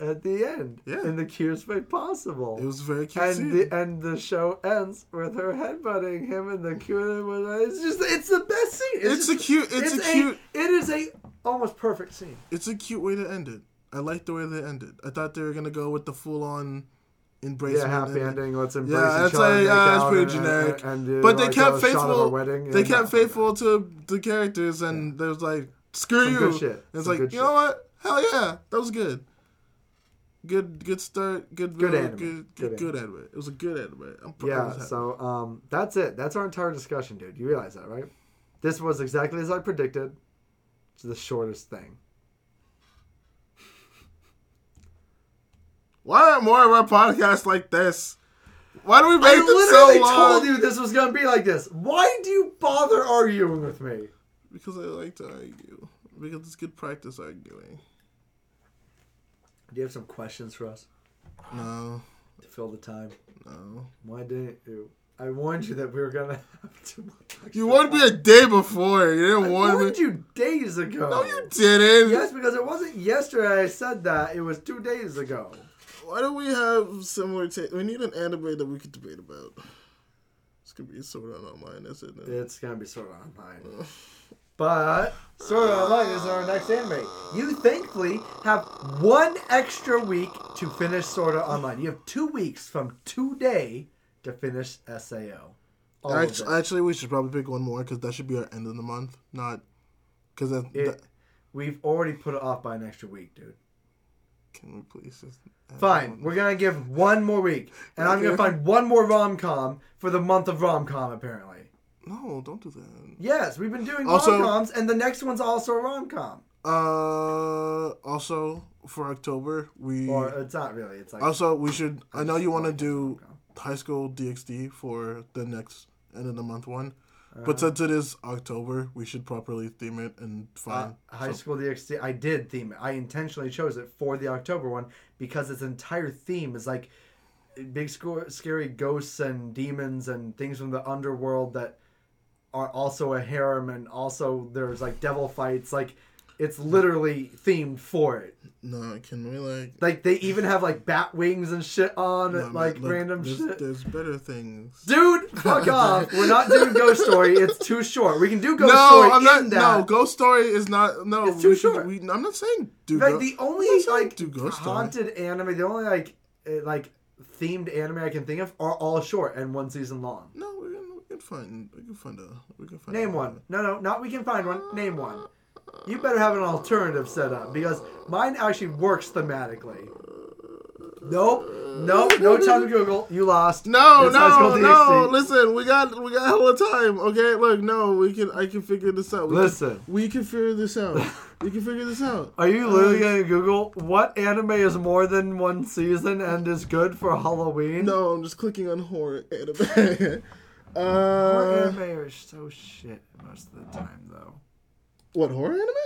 Speaker 3: at the end
Speaker 1: Yeah.
Speaker 3: in the cutest way possible.
Speaker 1: it was a very cute.
Speaker 3: and
Speaker 1: scene.
Speaker 3: the and the show ends with her headbutting him in the cutest way. It's just it's the best scene.
Speaker 1: It's
Speaker 3: just-
Speaker 1: a cute- it's a cute-
Speaker 3: It is a almost perfect scene.
Speaker 1: it's a cute way to end it. I like the way they ended. I thought they were gonna go with the full on embrace.
Speaker 3: Yeah, happy
Speaker 1: and-
Speaker 3: ending. Let's embrace
Speaker 1: Yeah,
Speaker 3: each
Speaker 1: that's
Speaker 3: other.
Speaker 1: like
Speaker 3: make
Speaker 1: uh, that's
Speaker 3: out
Speaker 1: pretty
Speaker 3: and- and-
Speaker 1: generic.
Speaker 3: and do,
Speaker 1: but they
Speaker 3: like,
Speaker 1: kept
Speaker 3: a shot of
Speaker 1: faithful.
Speaker 3: a wedding
Speaker 1: they
Speaker 3: and-
Speaker 1: kept faithful to the characters, and there was like, "Screw
Speaker 3: Some
Speaker 1: you!"
Speaker 3: good shit.
Speaker 1: It's
Speaker 3: Some
Speaker 1: like, you
Speaker 3: good
Speaker 1: know
Speaker 3: shit.
Speaker 1: what? Hell yeah, that was good. Good, good start. Good,
Speaker 3: Good
Speaker 1: build,
Speaker 3: anime.
Speaker 1: Good,
Speaker 3: Good
Speaker 1: good, anime. It was a good anime. I'm pr- I was
Speaker 3: Yeah,
Speaker 1: happy.
Speaker 3: so um, that's it. That's our entire discussion, dude. You realize that, right? This was exactly as I predicted. It's the shortest thing.
Speaker 1: Why aren't more of our podcasts like this? Why do we
Speaker 3: I
Speaker 1: make them
Speaker 3: literally
Speaker 1: so long?
Speaker 3: told you this was gonna be like this. Why do you bother arguing with me?
Speaker 1: Because I like to argue. Because it's good practice arguing.
Speaker 3: Do you have some questions for us
Speaker 1: No,
Speaker 3: to fill the time?
Speaker 1: no.
Speaker 3: Why didn't you? I warned you that we were gonna have too much.
Speaker 1: You warned me a day before. You didn't
Speaker 3: I
Speaker 1: warn me.
Speaker 3: warned you days ago.
Speaker 1: No, you didn't.
Speaker 3: Yes, because it wasn't yesterday I said that. It was two days ago.
Speaker 1: Why do we have similar? Ta- we need an anime that we could debate about. It's gonna be sort of online, isn't it?
Speaker 3: It's gonna be Sword Art Online. But Sword Art Online is our next anime. You thankfully have one extra week to finish Sword Art Online. You have two weeks from today to finish Sao. All of
Speaker 1: Actu-
Speaker 3: it.
Speaker 1: Actually, we should probably pick one more because that should be our end of the month, not because that,
Speaker 3: It-
Speaker 1: that-
Speaker 3: We've already put it off by an extra week, dude.
Speaker 1: Can we please? Just end
Speaker 3: Fine,
Speaker 1: it?
Speaker 3: we're gonna give one more week, and I'm gonna
Speaker 1: Okay.
Speaker 3: find one more rom com for the month of rom com. Apparently,
Speaker 1: No, don't do that.
Speaker 3: yes, we've been doing rom
Speaker 1: Also-
Speaker 3: coms, and the next one's also a rom com.
Speaker 1: Uh, also for October, we
Speaker 3: Or it's not really. It's like
Speaker 1: Mm. also we should. I know you want to do
Speaker 3: rom-com.
Speaker 1: high school DxD for the next end of the month one, but since it is October, we should properly theme it and
Speaker 3: uh,
Speaker 1: find
Speaker 3: High School DxD. I did theme it. I intentionally chose it for the October one because its entire theme is like big sco- scary ghosts and demons and things from the underworld that are also a harem and also there's like devil fights. Like it's literally themed for it.
Speaker 1: No, can we like
Speaker 3: Like they even have like bat wings and shit on
Speaker 1: no,
Speaker 3: it,
Speaker 1: man,
Speaker 3: like
Speaker 1: look,
Speaker 3: random
Speaker 1: there's,
Speaker 3: shit.
Speaker 1: There's better things.
Speaker 3: Dude, fuck off. We're not doing Ghost Story. It's too short. We can do Ghost
Speaker 1: no,
Speaker 3: Story
Speaker 1: I'm not.
Speaker 3: in that.
Speaker 1: No, Ghost Story is not. No,
Speaker 3: It's too
Speaker 1: we should-
Speaker 3: short.
Speaker 1: we- I'm not saying do.
Speaker 3: In fact,
Speaker 1: Ghost-
Speaker 3: the
Speaker 1: I'm
Speaker 3: only
Speaker 1: not saying
Speaker 3: like
Speaker 1: do Ghost Story.
Speaker 3: haunted anime, the only like eh, like themed anime I can think of are all short and one season long.
Speaker 1: No, we can, we can find. We can find a. We can find.
Speaker 3: Name
Speaker 1: a-
Speaker 3: one. No, no, not we can find one. Name one. You better have an alternative set up because mine actually works thematically. Nope. Nope. No time to Google. You lost.
Speaker 1: No,
Speaker 3: It's High
Speaker 1: no,
Speaker 3: School
Speaker 1: no!
Speaker 3: DxD.
Speaker 1: Listen, we got we got hella time. Okay, look, no, we can. I can figure this out. We
Speaker 3: Listen.
Speaker 1: can, we can figure this out. we can figure this out.
Speaker 3: Are you literally going to Google what anime is more than one season and is good for Halloween?
Speaker 1: No, I'm just clicking on horror anime. uh,
Speaker 3: Horror anime are so shit most of the time, though.
Speaker 1: what horror anime?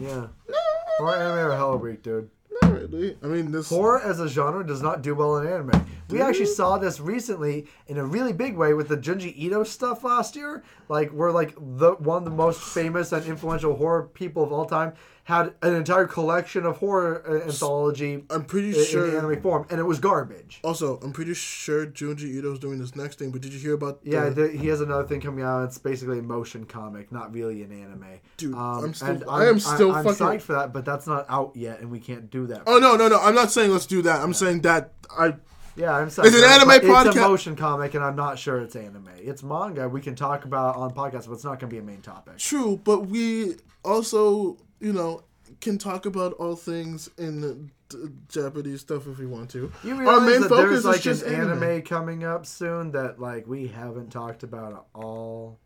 Speaker 3: Yeah.
Speaker 1: No,
Speaker 3: Horror anime are hella weak, dude.
Speaker 1: not really. I mean, this
Speaker 3: Horror as a genre does not do well in anime. We actually saw this recently in a really big way with the Junji Ito stuff last year. Like, we're like the one of the most famous and influential horror people of all time had an entire collection of horror uh, anthology
Speaker 1: I'm pretty
Speaker 3: in,
Speaker 1: sure.
Speaker 3: in anime form, and it was garbage.
Speaker 1: Also, I'm pretty sure Junji Ito's doing this next thing, but did you hear about?
Speaker 3: Yeah,
Speaker 1: the-
Speaker 3: th he has another thing coming out. It's basically a motion comic, not really an anime.
Speaker 1: Dude,
Speaker 3: um,
Speaker 1: I'm still-
Speaker 3: and
Speaker 1: I am still
Speaker 3: I'm
Speaker 1: fucking-
Speaker 3: psyched for that, but that's not out yet, and we can't do that.
Speaker 1: oh no, no, no! I'm not saying let's do that. I'm saying that I.
Speaker 3: Yeah, I'm psyched.
Speaker 1: It's an
Speaker 3: for that,
Speaker 1: anime
Speaker 3: but It's a
Speaker 1: podca-
Speaker 3: motion comic, and I'm not sure it's anime. It's manga. We can talk about it on podcast, but it's not going to be a main topic.
Speaker 1: True, but we also, you know, can talk about all things in d- Japanese stuff if we want to.
Speaker 3: You realize that there's like an anime. coming up soon that like we haven't talked about at all.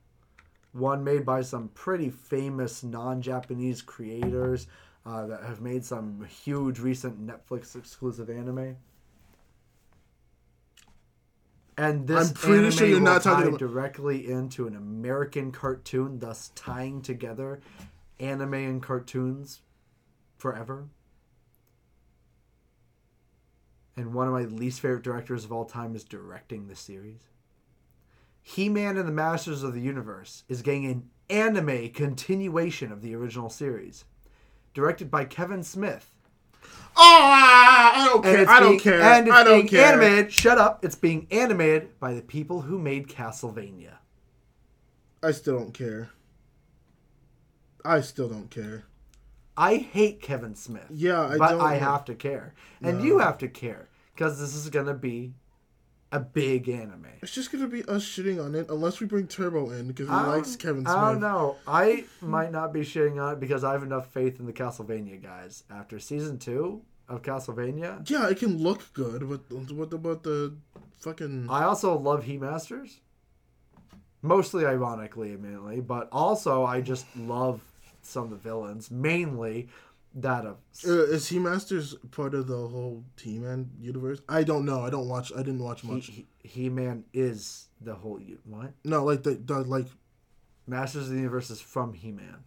Speaker 3: One made by some pretty famous non-Japanese creators uh, that have made some huge recent Netflix exclusive anime. And this
Speaker 1: I'm pretty
Speaker 3: anime
Speaker 1: sure you're
Speaker 3: will
Speaker 1: not talking
Speaker 3: tie
Speaker 1: about-
Speaker 3: directly into an American cartoon, thus tying together anime and cartoons forever. and one of my least favorite directors of all time is directing this series. He Man and the Masters of the Universe is getting an anime continuation of the original series, directed by Kevin Smith.
Speaker 1: Oh, I I don't
Speaker 3: And
Speaker 1: care.
Speaker 3: it's
Speaker 1: I don't
Speaker 3: being-
Speaker 1: care.
Speaker 3: And it's
Speaker 1: I don't
Speaker 3: being
Speaker 1: care.
Speaker 3: animated. Shut up. It's being animated by the people who made Castlevania.
Speaker 1: I still don't care. I still don't care.
Speaker 3: I hate Kevin Smith.
Speaker 1: Yeah, I
Speaker 3: but
Speaker 1: don't-
Speaker 3: I have to care, and you have to care because this is gonna be a big anime.
Speaker 1: It's just gonna be us shitting on it unless we bring Turbo in because he
Speaker 3: I don't-
Speaker 1: likes Kevin Smith.
Speaker 3: I don't know. I might not be shitting on it because I have enough faith in the Castlevania guys. After season two of Castlevania,
Speaker 1: Yeah, it can look good, but what about the fucking?
Speaker 3: I also love He Masters. Mostly ironically, admittedly, but also I just love some of the villains, mainly that of
Speaker 1: Uh, is he Masters part of the whole Team Man universe? I don't know. I don't watch. I didn't watch much.
Speaker 3: He, he Man is the whole u- what
Speaker 1: no, like the, the like.
Speaker 3: Masters of the Universe is from He Man.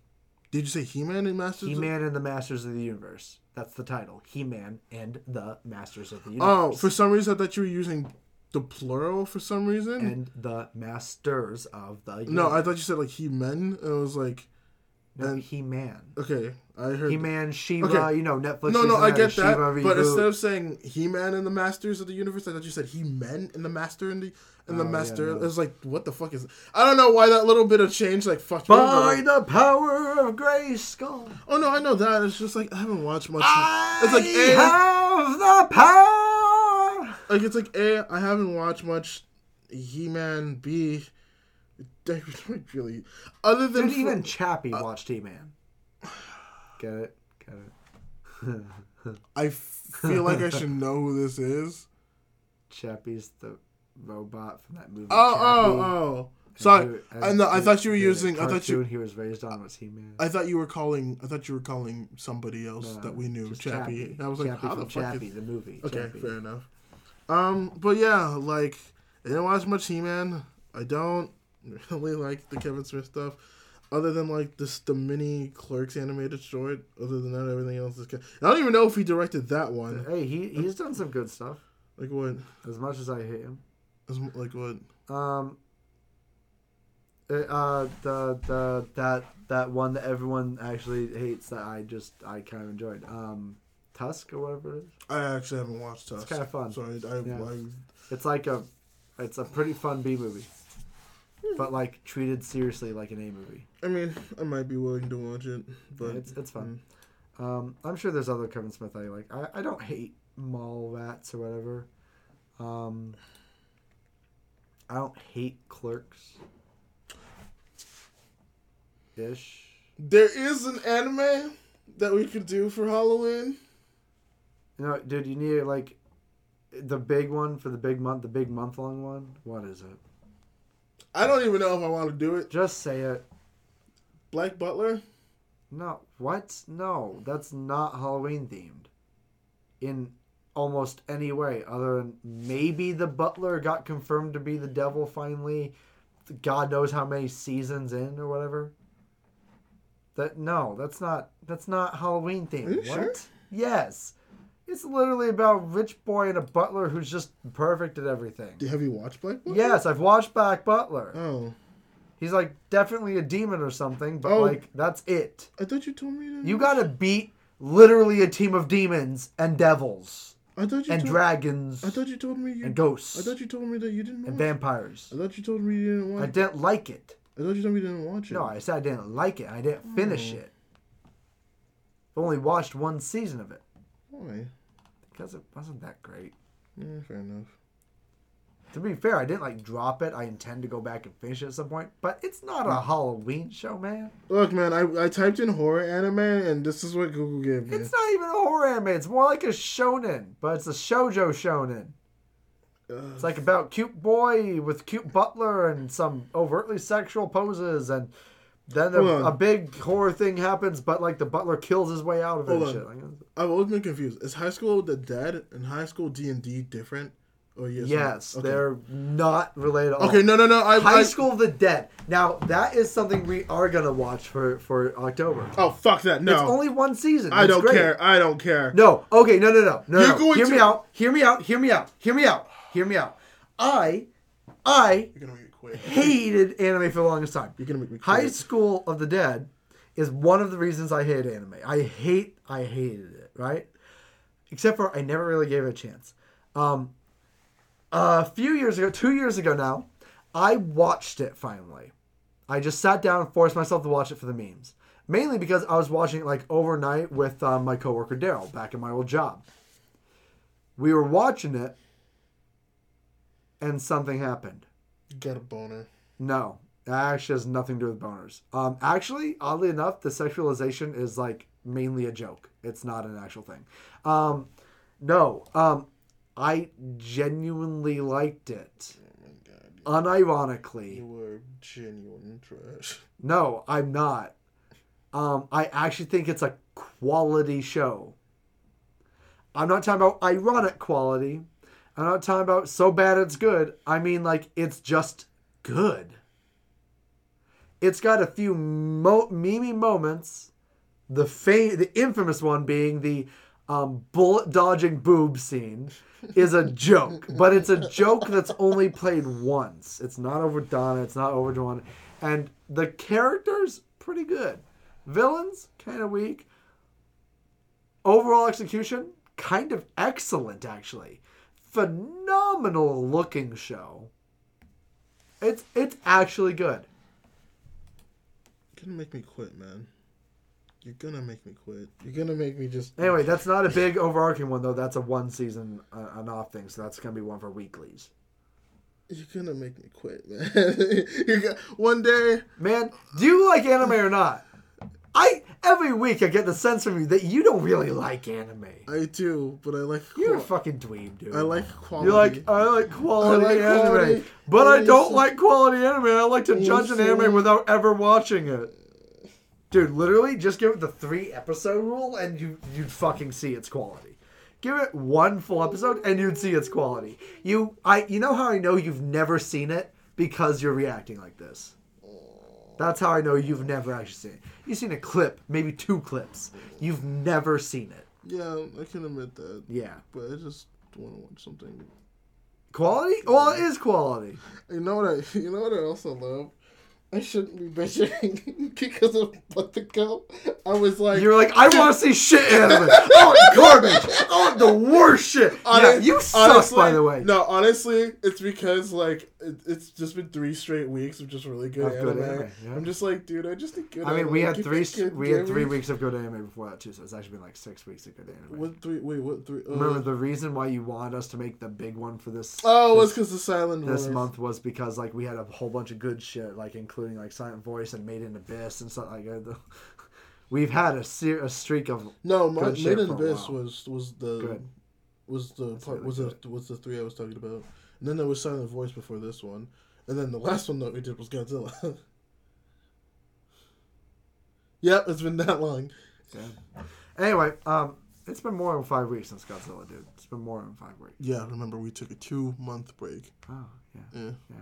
Speaker 1: Did you say He Man and Masters?
Speaker 3: He Man and the Masters of the Universe. That's the title. He Man and the Masters of the
Speaker 1: Oh,
Speaker 3: Universe.
Speaker 1: for some reason I thought you were using the plural for some reason.
Speaker 3: and the Masters of the Universe.
Speaker 1: no, I thought you said like He Men. It was like and-
Speaker 3: He Man.
Speaker 1: okay, I heard.
Speaker 3: He Man, Shiva.
Speaker 1: Okay.
Speaker 3: You know Netflix.
Speaker 1: no, no,
Speaker 3: recently
Speaker 1: I
Speaker 3: had a
Speaker 1: get that.
Speaker 3: She-Ra
Speaker 1: But
Speaker 3: reboot.
Speaker 1: instead of saying He Man and the Masters of the Universe, I thought you said He Men and the Master and the and the
Speaker 3: Oh, yeah,
Speaker 1: Master.
Speaker 3: no.
Speaker 1: It was like, what the fuck is? I don't know why that little bit of change like fucked me.
Speaker 3: By
Speaker 1: over.
Speaker 3: the power of Grayskull,
Speaker 1: Oh no, I know that. It's just like I haven't watched much.
Speaker 3: Ah,
Speaker 1: it's
Speaker 3: it's
Speaker 1: like
Speaker 3: like
Speaker 1: eh,
Speaker 3: have the power.
Speaker 1: like it's like a I haven't watched much He Man B. I really, other than
Speaker 3: Dude,
Speaker 1: for- Uh,
Speaker 3: even Chappie watched He Man. Get it? Get it?
Speaker 1: I feel like I should know who this is.
Speaker 3: Chappie's the robot from that movie.
Speaker 1: Oh
Speaker 3: Chappie.
Speaker 1: oh oh! Sorry, I know. I thought you were using. I thought you.
Speaker 3: he was raised on was He Man.
Speaker 1: I thought you were calling. I thought you were calling somebody else that we knew, Chappie. I was like, how the fuck?
Speaker 3: Chappie,
Speaker 1: Is...
Speaker 3: the movie.
Speaker 1: Okay,
Speaker 3: Chappie.
Speaker 1: fair enough. Um, but yeah, like I didn't watch much He Man. I don't really like the Kevin Smith stuff. Other than like this, the mini Clerks animated short. Other than that, everything else is. Good. I don't even know if he directed that one.
Speaker 3: Hey, he he's done some good stuff.
Speaker 1: Like what?
Speaker 3: As much as I hate him,
Speaker 1: Like what?
Speaker 3: um, uh, uh, the the that that one that everyone actually hates that I just I kind of enjoyed. Um, Tusk or whatever it is.
Speaker 1: I actually haven't watched Tusk.
Speaker 3: kinda fun.
Speaker 1: So I, I,
Speaker 3: Yeah.
Speaker 1: I
Speaker 3: It's like a, it's a pretty fun B movie, but like treated seriously like an A movie.
Speaker 1: I mean, I might be willing to watch it, but
Speaker 3: it's it's fun. Um, I'm sure there's other Kevin Smith I like. I, I don't hate Mall Rats or whatever. Um, I don't hate Clerks. Ish.
Speaker 1: there is an anime that we could do for Halloween.
Speaker 3: You know, dude, you need like the big one for the big month, the big month long one. What is it?
Speaker 1: I don't even know if I want to do it.
Speaker 3: Just say it.
Speaker 1: Black Butler.
Speaker 3: No, what? No, that's not Halloween themed. In almost any way, other than maybe the butler got confirmed to be the devil finally, God knows how many seasons in or whatever. That no, that's not that's not Halloween themed.
Speaker 1: you
Speaker 3: what?
Speaker 1: sure?
Speaker 3: Yes, it's literally about rich boy and a butler who's just perfect at everything.
Speaker 1: Have you watched Black Butler?
Speaker 3: Yes, I've watched Black Butler.
Speaker 1: Oh,
Speaker 3: He's like definitely a demon or something, but
Speaker 1: Oh.
Speaker 3: like that's it.
Speaker 1: I thought you told me to.
Speaker 3: You gotta beat literally a team of demons and devils
Speaker 1: I thought you
Speaker 3: and
Speaker 1: told,
Speaker 3: dragons
Speaker 1: I thought you told me you.
Speaker 3: and ghosts
Speaker 1: I thought you told me that you didn't. Watch
Speaker 3: and
Speaker 1: it.
Speaker 3: vampires.
Speaker 1: I thought you told me you didn't
Speaker 3: I
Speaker 1: watch.
Speaker 3: didn't like it.
Speaker 1: I, thought you told me you didn't watch it.
Speaker 3: No, I said I didn't like it. I didn't finish
Speaker 1: Oh.
Speaker 3: it. I only watched one season of it
Speaker 1: Why?
Speaker 3: because it wasn't that great.
Speaker 1: Yeah, fair enough.
Speaker 3: To be fair, I didn't like drop it. I intend to go back and finish it at some point, but it's not
Speaker 1: Mm.
Speaker 3: a Halloween show, man.
Speaker 1: Look, man, I, I typed in horror anime, and this is what Google gave me.
Speaker 3: It's not even a horror anime. It's more like a shonen, but it's a shoujo shonen.
Speaker 1: Ugh.
Speaker 3: It's like about cute boy with cute butler and some overtly sexual poses, and then a,
Speaker 1: Hold on.
Speaker 3: a big horror thing happens, but like the butler kills his way out of it.
Speaker 1: Hold
Speaker 3: and
Speaker 1: on. I've always been confused. Is High School of the Dead and High School D and D different? Oh yes.
Speaker 3: Yes,
Speaker 1: Okay.
Speaker 3: they're not related at all.
Speaker 1: Okay. No. No. No. I.
Speaker 3: High
Speaker 1: I
Speaker 3: School of the Dead. Now that is something we are gonna watch for for October.
Speaker 1: oh fuck that. No.
Speaker 3: It's only one season.
Speaker 1: I
Speaker 3: It's
Speaker 1: don't
Speaker 3: great.
Speaker 1: care. I don't care.
Speaker 3: No. Okay. No. No. No. No.
Speaker 1: You're
Speaker 3: no.
Speaker 1: going
Speaker 3: hear me
Speaker 1: to-
Speaker 3: out. Hear me out. Hear me out. Hear me out. Hear me out. I, I
Speaker 1: You're gonna make me quit.
Speaker 3: hated anime for the longest time.
Speaker 1: You're gonna make me quit.
Speaker 3: High School of the Dead is one of the reasons I hate anime. I hate. I hated it. Right. Except for I never really gave it a chance. Um, a few years ago, two years ago now, I watched it finally. I just sat down and forced myself to watch it for the memes. Mainly because I was watching it like overnight with um, my coworker Daryl back in my old job. We were watching it, and something happened.
Speaker 1: Got a boner.
Speaker 3: No, that actually has nothing to do with boners. Um, actually, oddly enough, the sexualization is like mainly a joke. It's not an actual thing. Um, no, um, I genuinely liked it,
Speaker 1: Oh my god.
Speaker 3: unironically.
Speaker 1: You were genuine trash.
Speaker 3: No, I'm not. Um, I actually think it's a quality show. I'm not talking about ironic quality. I'm not talking about so bad it's good. I mean, like, it's just good. It's got a few mo- meme moments. The fa- the infamous one being the um, bullet dodging boob scene is a joke, but it's a joke that's only played once. It's not overdone. It's not overdrawn, and the characters pretty good. Villains kind of weak. Overall execution kind of excellent actually. Phenomenal looking show. It's it's actually good.
Speaker 1: You're gonna make me quit, man. You're gonna make me quit. You're gonna make me just.
Speaker 3: Anyway, that's not a big overarching one though. That's a one season uh, an off thing, so that's gonna be one for weeklies.
Speaker 1: You're gonna make me quit, man. You're go- one day.
Speaker 3: Man, do you like anime or not? I every week I get the sense from you that you don't really like anime.
Speaker 1: I do, but I like.
Speaker 3: You're a
Speaker 1: qual-
Speaker 3: fucking dweeb, dude.
Speaker 1: I like quality.
Speaker 3: You like oh. I like quality
Speaker 1: I like
Speaker 3: anime,
Speaker 1: quality.
Speaker 3: but
Speaker 1: Oh,
Speaker 3: I
Speaker 1: you're
Speaker 3: don't
Speaker 1: so-
Speaker 3: like quality anime. I like to judge an
Speaker 1: so-
Speaker 3: anime without ever watching it. Dude, literally, just give it the three episode rule, and you you'd fucking see its quality. Give it one full episode, and you'd see its quality. You I you know how I know you've never seen it because you're reacting like this. That's how I know you've never actually seen it. You've seen a clip, maybe two clips. You've never seen it.
Speaker 1: Yeah, I can admit that.
Speaker 3: Yeah,
Speaker 1: But I just want to watch something.
Speaker 3: quality. Well, it is quality.
Speaker 1: You know what? I, you know what? I also love. I shouldn't be bitching because of what the go. I was like.
Speaker 3: You're like, I want to see shit anime. Oh, garbage. Oh, the worst shit. yeah,
Speaker 1: Honest-
Speaker 3: you suck, by the way.
Speaker 1: No, honestly, it's because like it, it's just been three straight weeks of just really good
Speaker 3: Of good
Speaker 1: anime.
Speaker 3: anime, yeah.
Speaker 1: I'm just like, dude, I just think good.
Speaker 3: I mean,
Speaker 1: anime.
Speaker 3: we had
Speaker 1: Give
Speaker 3: three
Speaker 1: me good
Speaker 3: we had three
Speaker 1: anime.
Speaker 3: weeks of good anime before that too, so it's actually been like six weeks of good anime.
Speaker 1: What three? Wait, what three? Oh,
Speaker 3: Remember the reason why you wanted us to make the big one for this
Speaker 1: oh, it was because the silent
Speaker 3: this
Speaker 1: Voice.
Speaker 3: month was because like we had a whole bunch of good shit, like including like Silent Voice and Made in Abyss and stuff like that. We've had a, ser- a streak of
Speaker 1: No, my,
Speaker 3: Good shit
Speaker 1: Made in
Speaker 3: for a
Speaker 1: Abyss
Speaker 3: while.
Speaker 1: was was the
Speaker 3: Good.
Speaker 1: was the part
Speaker 3: really
Speaker 1: was
Speaker 3: good.
Speaker 1: the was the three I was talking about, and then there was Silent Voice before this one, and then the last one that we did was Godzilla. yep, it's been that long.
Speaker 3: anyway. Um, it's been more than five weeks since Godzilla, dude. It's been more than five weeks.
Speaker 1: Yeah, remember we took a two month break.
Speaker 3: Oh yeah.
Speaker 1: Yeah.
Speaker 3: Yeah.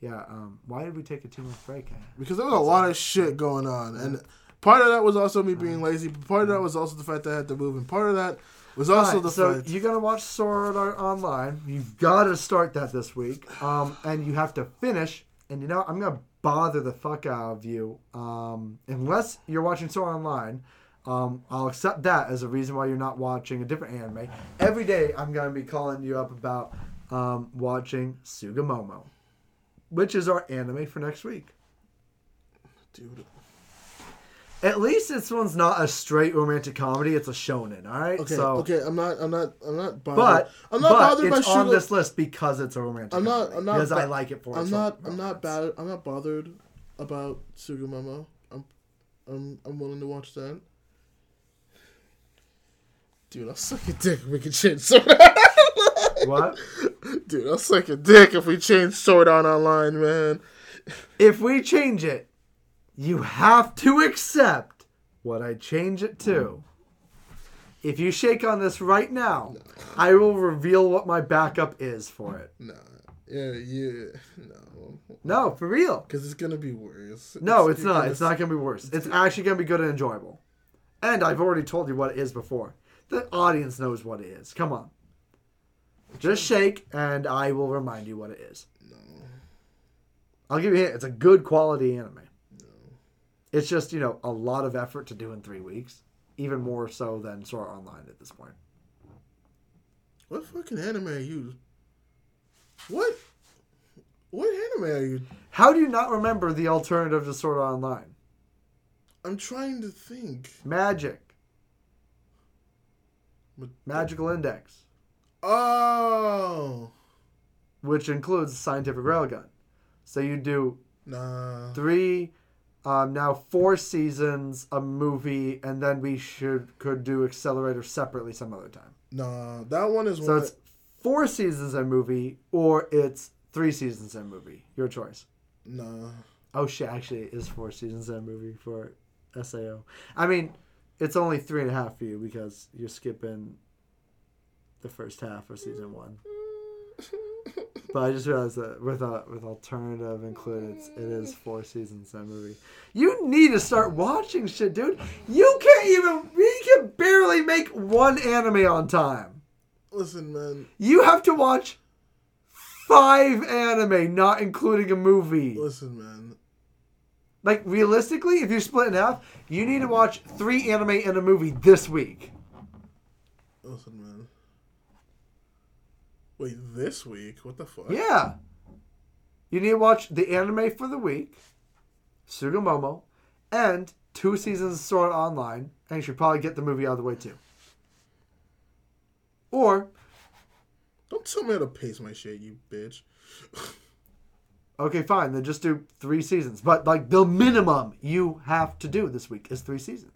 Speaker 3: Yeah. Um, why did we take a two month break? eh?
Speaker 1: because there was a lot of shit going on, and part of that was also me being lazy, but part of that was also the fact that I had to move, and part of that was also
Speaker 3: Alright,
Speaker 1: the
Speaker 3: so
Speaker 1: fact.
Speaker 3: you're gonna watch Sword Art Online. You've got to start that this week, um, and you have to finish. And you know I'm gonna bother the fuck out of you, um, unless you're watching Sword Art Online. Um, I'll accept that as a reason why you're not watching a different anime. Every day I'm gonna be calling you up about um, watching Sugamomo, which is our anime for next week.
Speaker 1: Dude,
Speaker 3: At least this one's not a straight romantic comedy. It's a shonen. All right.
Speaker 1: okay,
Speaker 3: so,
Speaker 1: okay, I'm not, I'm not, I'm not bothered.
Speaker 3: But
Speaker 1: I'm not
Speaker 3: but
Speaker 1: bothered by
Speaker 3: it's on
Speaker 1: Shugo.
Speaker 3: this list because it's a romantic.
Speaker 1: I'm not,
Speaker 3: comedy,
Speaker 1: I'm not,
Speaker 3: because I
Speaker 1: bo-
Speaker 3: like it for.
Speaker 1: I'm
Speaker 3: its
Speaker 1: not, I'm
Speaker 3: romance.
Speaker 1: not bad. I'm not bothered about Sugumomo. I'm, I'm, I'm willing to watch that. Dude, I'll suck your dick if we can change sword.
Speaker 3: What
Speaker 1: Dude, I'll suck your dick if we change sword on online, man.
Speaker 3: if we change it? You have to accept what I change it to. If you shake on this right now, I will reveal what my backup is for it.
Speaker 1: Nah. Yeah, yeah. No.
Speaker 3: No, for real.
Speaker 1: Because it's going to be worse.
Speaker 3: No, it's not. It's not gonna be worse. It's actually gonna be good and enjoyable. And I've already told you what it is before. The audience knows what it is. Come on. Just shake, and I will remind you what it is. I'll give you a hint. It's a good quality anime. It's just you know a lot of effort to do in three weeks, even more so than Sora Online at this point.
Speaker 1: What fucking anime are you? What? What anime are you?
Speaker 3: How do you not remember the alternative to Sora Online?
Speaker 1: I'm trying to think.
Speaker 3: Magic,
Speaker 1: But-
Speaker 3: Magical Index.
Speaker 1: Oh.
Speaker 3: which includes the scientific railgun. So you do
Speaker 1: Nah.
Speaker 3: three, um, now four seasons, a movie, and then we should could do accelerator separately some other time.
Speaker 1: Nah. That one is
Speaker 3: So
Speaker 1: one.
Speaker 3: it's four seasons and movie, or it's three seasons and movie. Your choice.
Speaker 1: Nah.
Speaker 3: Oh shit! Actually, it is four seasons and movie for Sao. I mean, it's only three and a half for you because you're skipping the first half of season one. But I just realized that with uh, with alternative included, it's- it is four seasons that movie. You need to start watching shit, dude. You can't even. You can barely make one anime on time.
Speaker 1: Listen, man.
Speaker 3: You have to watch five anime, not including a movie.
Speaker 1: Listen, man.
Speaker 3: Like realistically, if you're split in half, you need to watch three anime and a movie this week.
Speaker 1: Listen, man. Wait, this week? What the fuck?
Speaker 3: Yeah. You need to watch the anime for the week, Sugamomo, and two seasons of Sword Art Online, and you should probably get the movie out of the way too. Or,
Speaker 1: Don't tell me how to pace my shit, you bitch.
Speaker 3: okay, fine, then just do three seasons. But like the minimum you have to do this week is three seasons.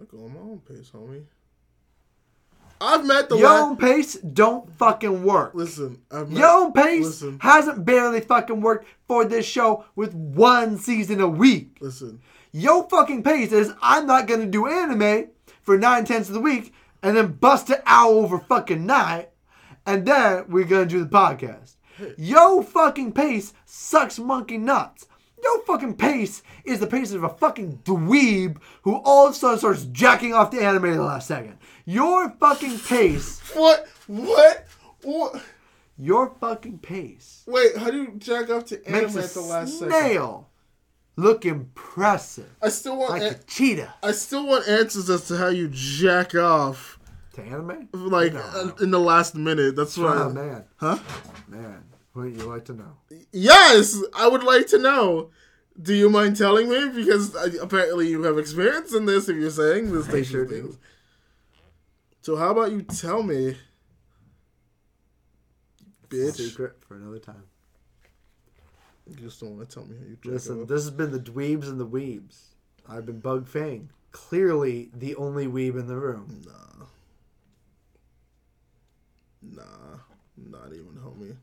Speaker 1: I go on my own pace, homie. I've met the
Speaker 3: Your
Speaker 1: last.
Speaker 3: own pace don't fucking work.
Speaker 1: Listen, I've met.
Speaker 3: Your own pace
Speaker 1: Listen,
Speaker 3: hasn't barely fucking worked for this show with one season a week.
Speaker 1: listen.
Speaker 3: Yo fucking pace is I'm not gonna do anime for nine tenths of the week and then bust an hour over fucking night and then we're gonna do the podcast. Yo fucking pace sucks monkey nuts. Yo fucking pace is the pace of a fucking dweeb who all of a sudden starts jacking off the anime at the last second. Your fucking pace,
Speaker 1: What? What? What?
Speaker 3: your fucking pace
Speaker 1: Wait, how do you jack off to anime
Speaker 3: makes a
Speaker 1: at the last second?
Speaker 3: snail look impressive
Speaker 1: I still want.
Speaker 3: like
Speaker 1: an-
Speaker 3: a cheetah
Speaker 1: I still want answers as to how you jack off,
Speaker 3: to anime.
Speaker 1: like
Speaker 3: No.
Speaker 1: uh, in the last minute. That's what.
Speaker 3: Oh
Speaker 1: I-
Speaker 3: man,
Speaker 1: Huh?
Speaker 3: man, wouldn't you like to know?
Speaker 1: Yes, I would like to know. Do you mind telling me? Because uh, apparently you have experience in this. If you're saying this, they
Speaker 3: sure
Speaker 1: should
Speaker 3: do.
Speaker 1: things. So how about you tell me, bitch?
Speaker 3: Secret for another time.
Speaker 1: You just don't want to tell me how you jack
Speaker 3: Listen,
Speaker 1: off.
Speaker 3: this has been the dweebs and the weebs. I've been Bug Fang, clearly the only weeb in the room.
Speaker 1: Nah, not even, homie.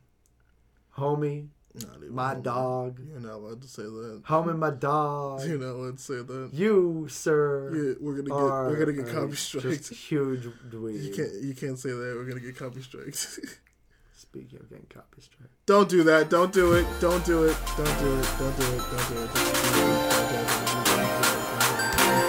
Speaker 3: Homie,
Speaker 1: Not even.
Speaker 3: my
Speaker 1: homie.
Speaker 3: dog.
Speaker 1: You're not allowed to say that.
Speaker 3: Homie, my dog.
Speaker 1: You're not allowed to say that.
Speaker 3: You, sir,
Speaker 1: Yeah, we're gonna get
Speaker 3: are
Speaker 1: we're gonna get
Speaker 3: a
Speaker 1: copy
Speaker 3: just
Speaker 1: strikes.
Speaker 3: huge
Speaker 1: You
Speaker 3: dweeb.
Speaker 1: can't you can't say that. We're gonna get copy strikes.
Speaker 3: Speaking of getting copy strike.
Speaker 1: Don't do that. Don't do it. Don't do it. Don't do it. Don't do it. Don't do it. Don't do it. Don't do it. Don't do it. Don't do it. Don't do it.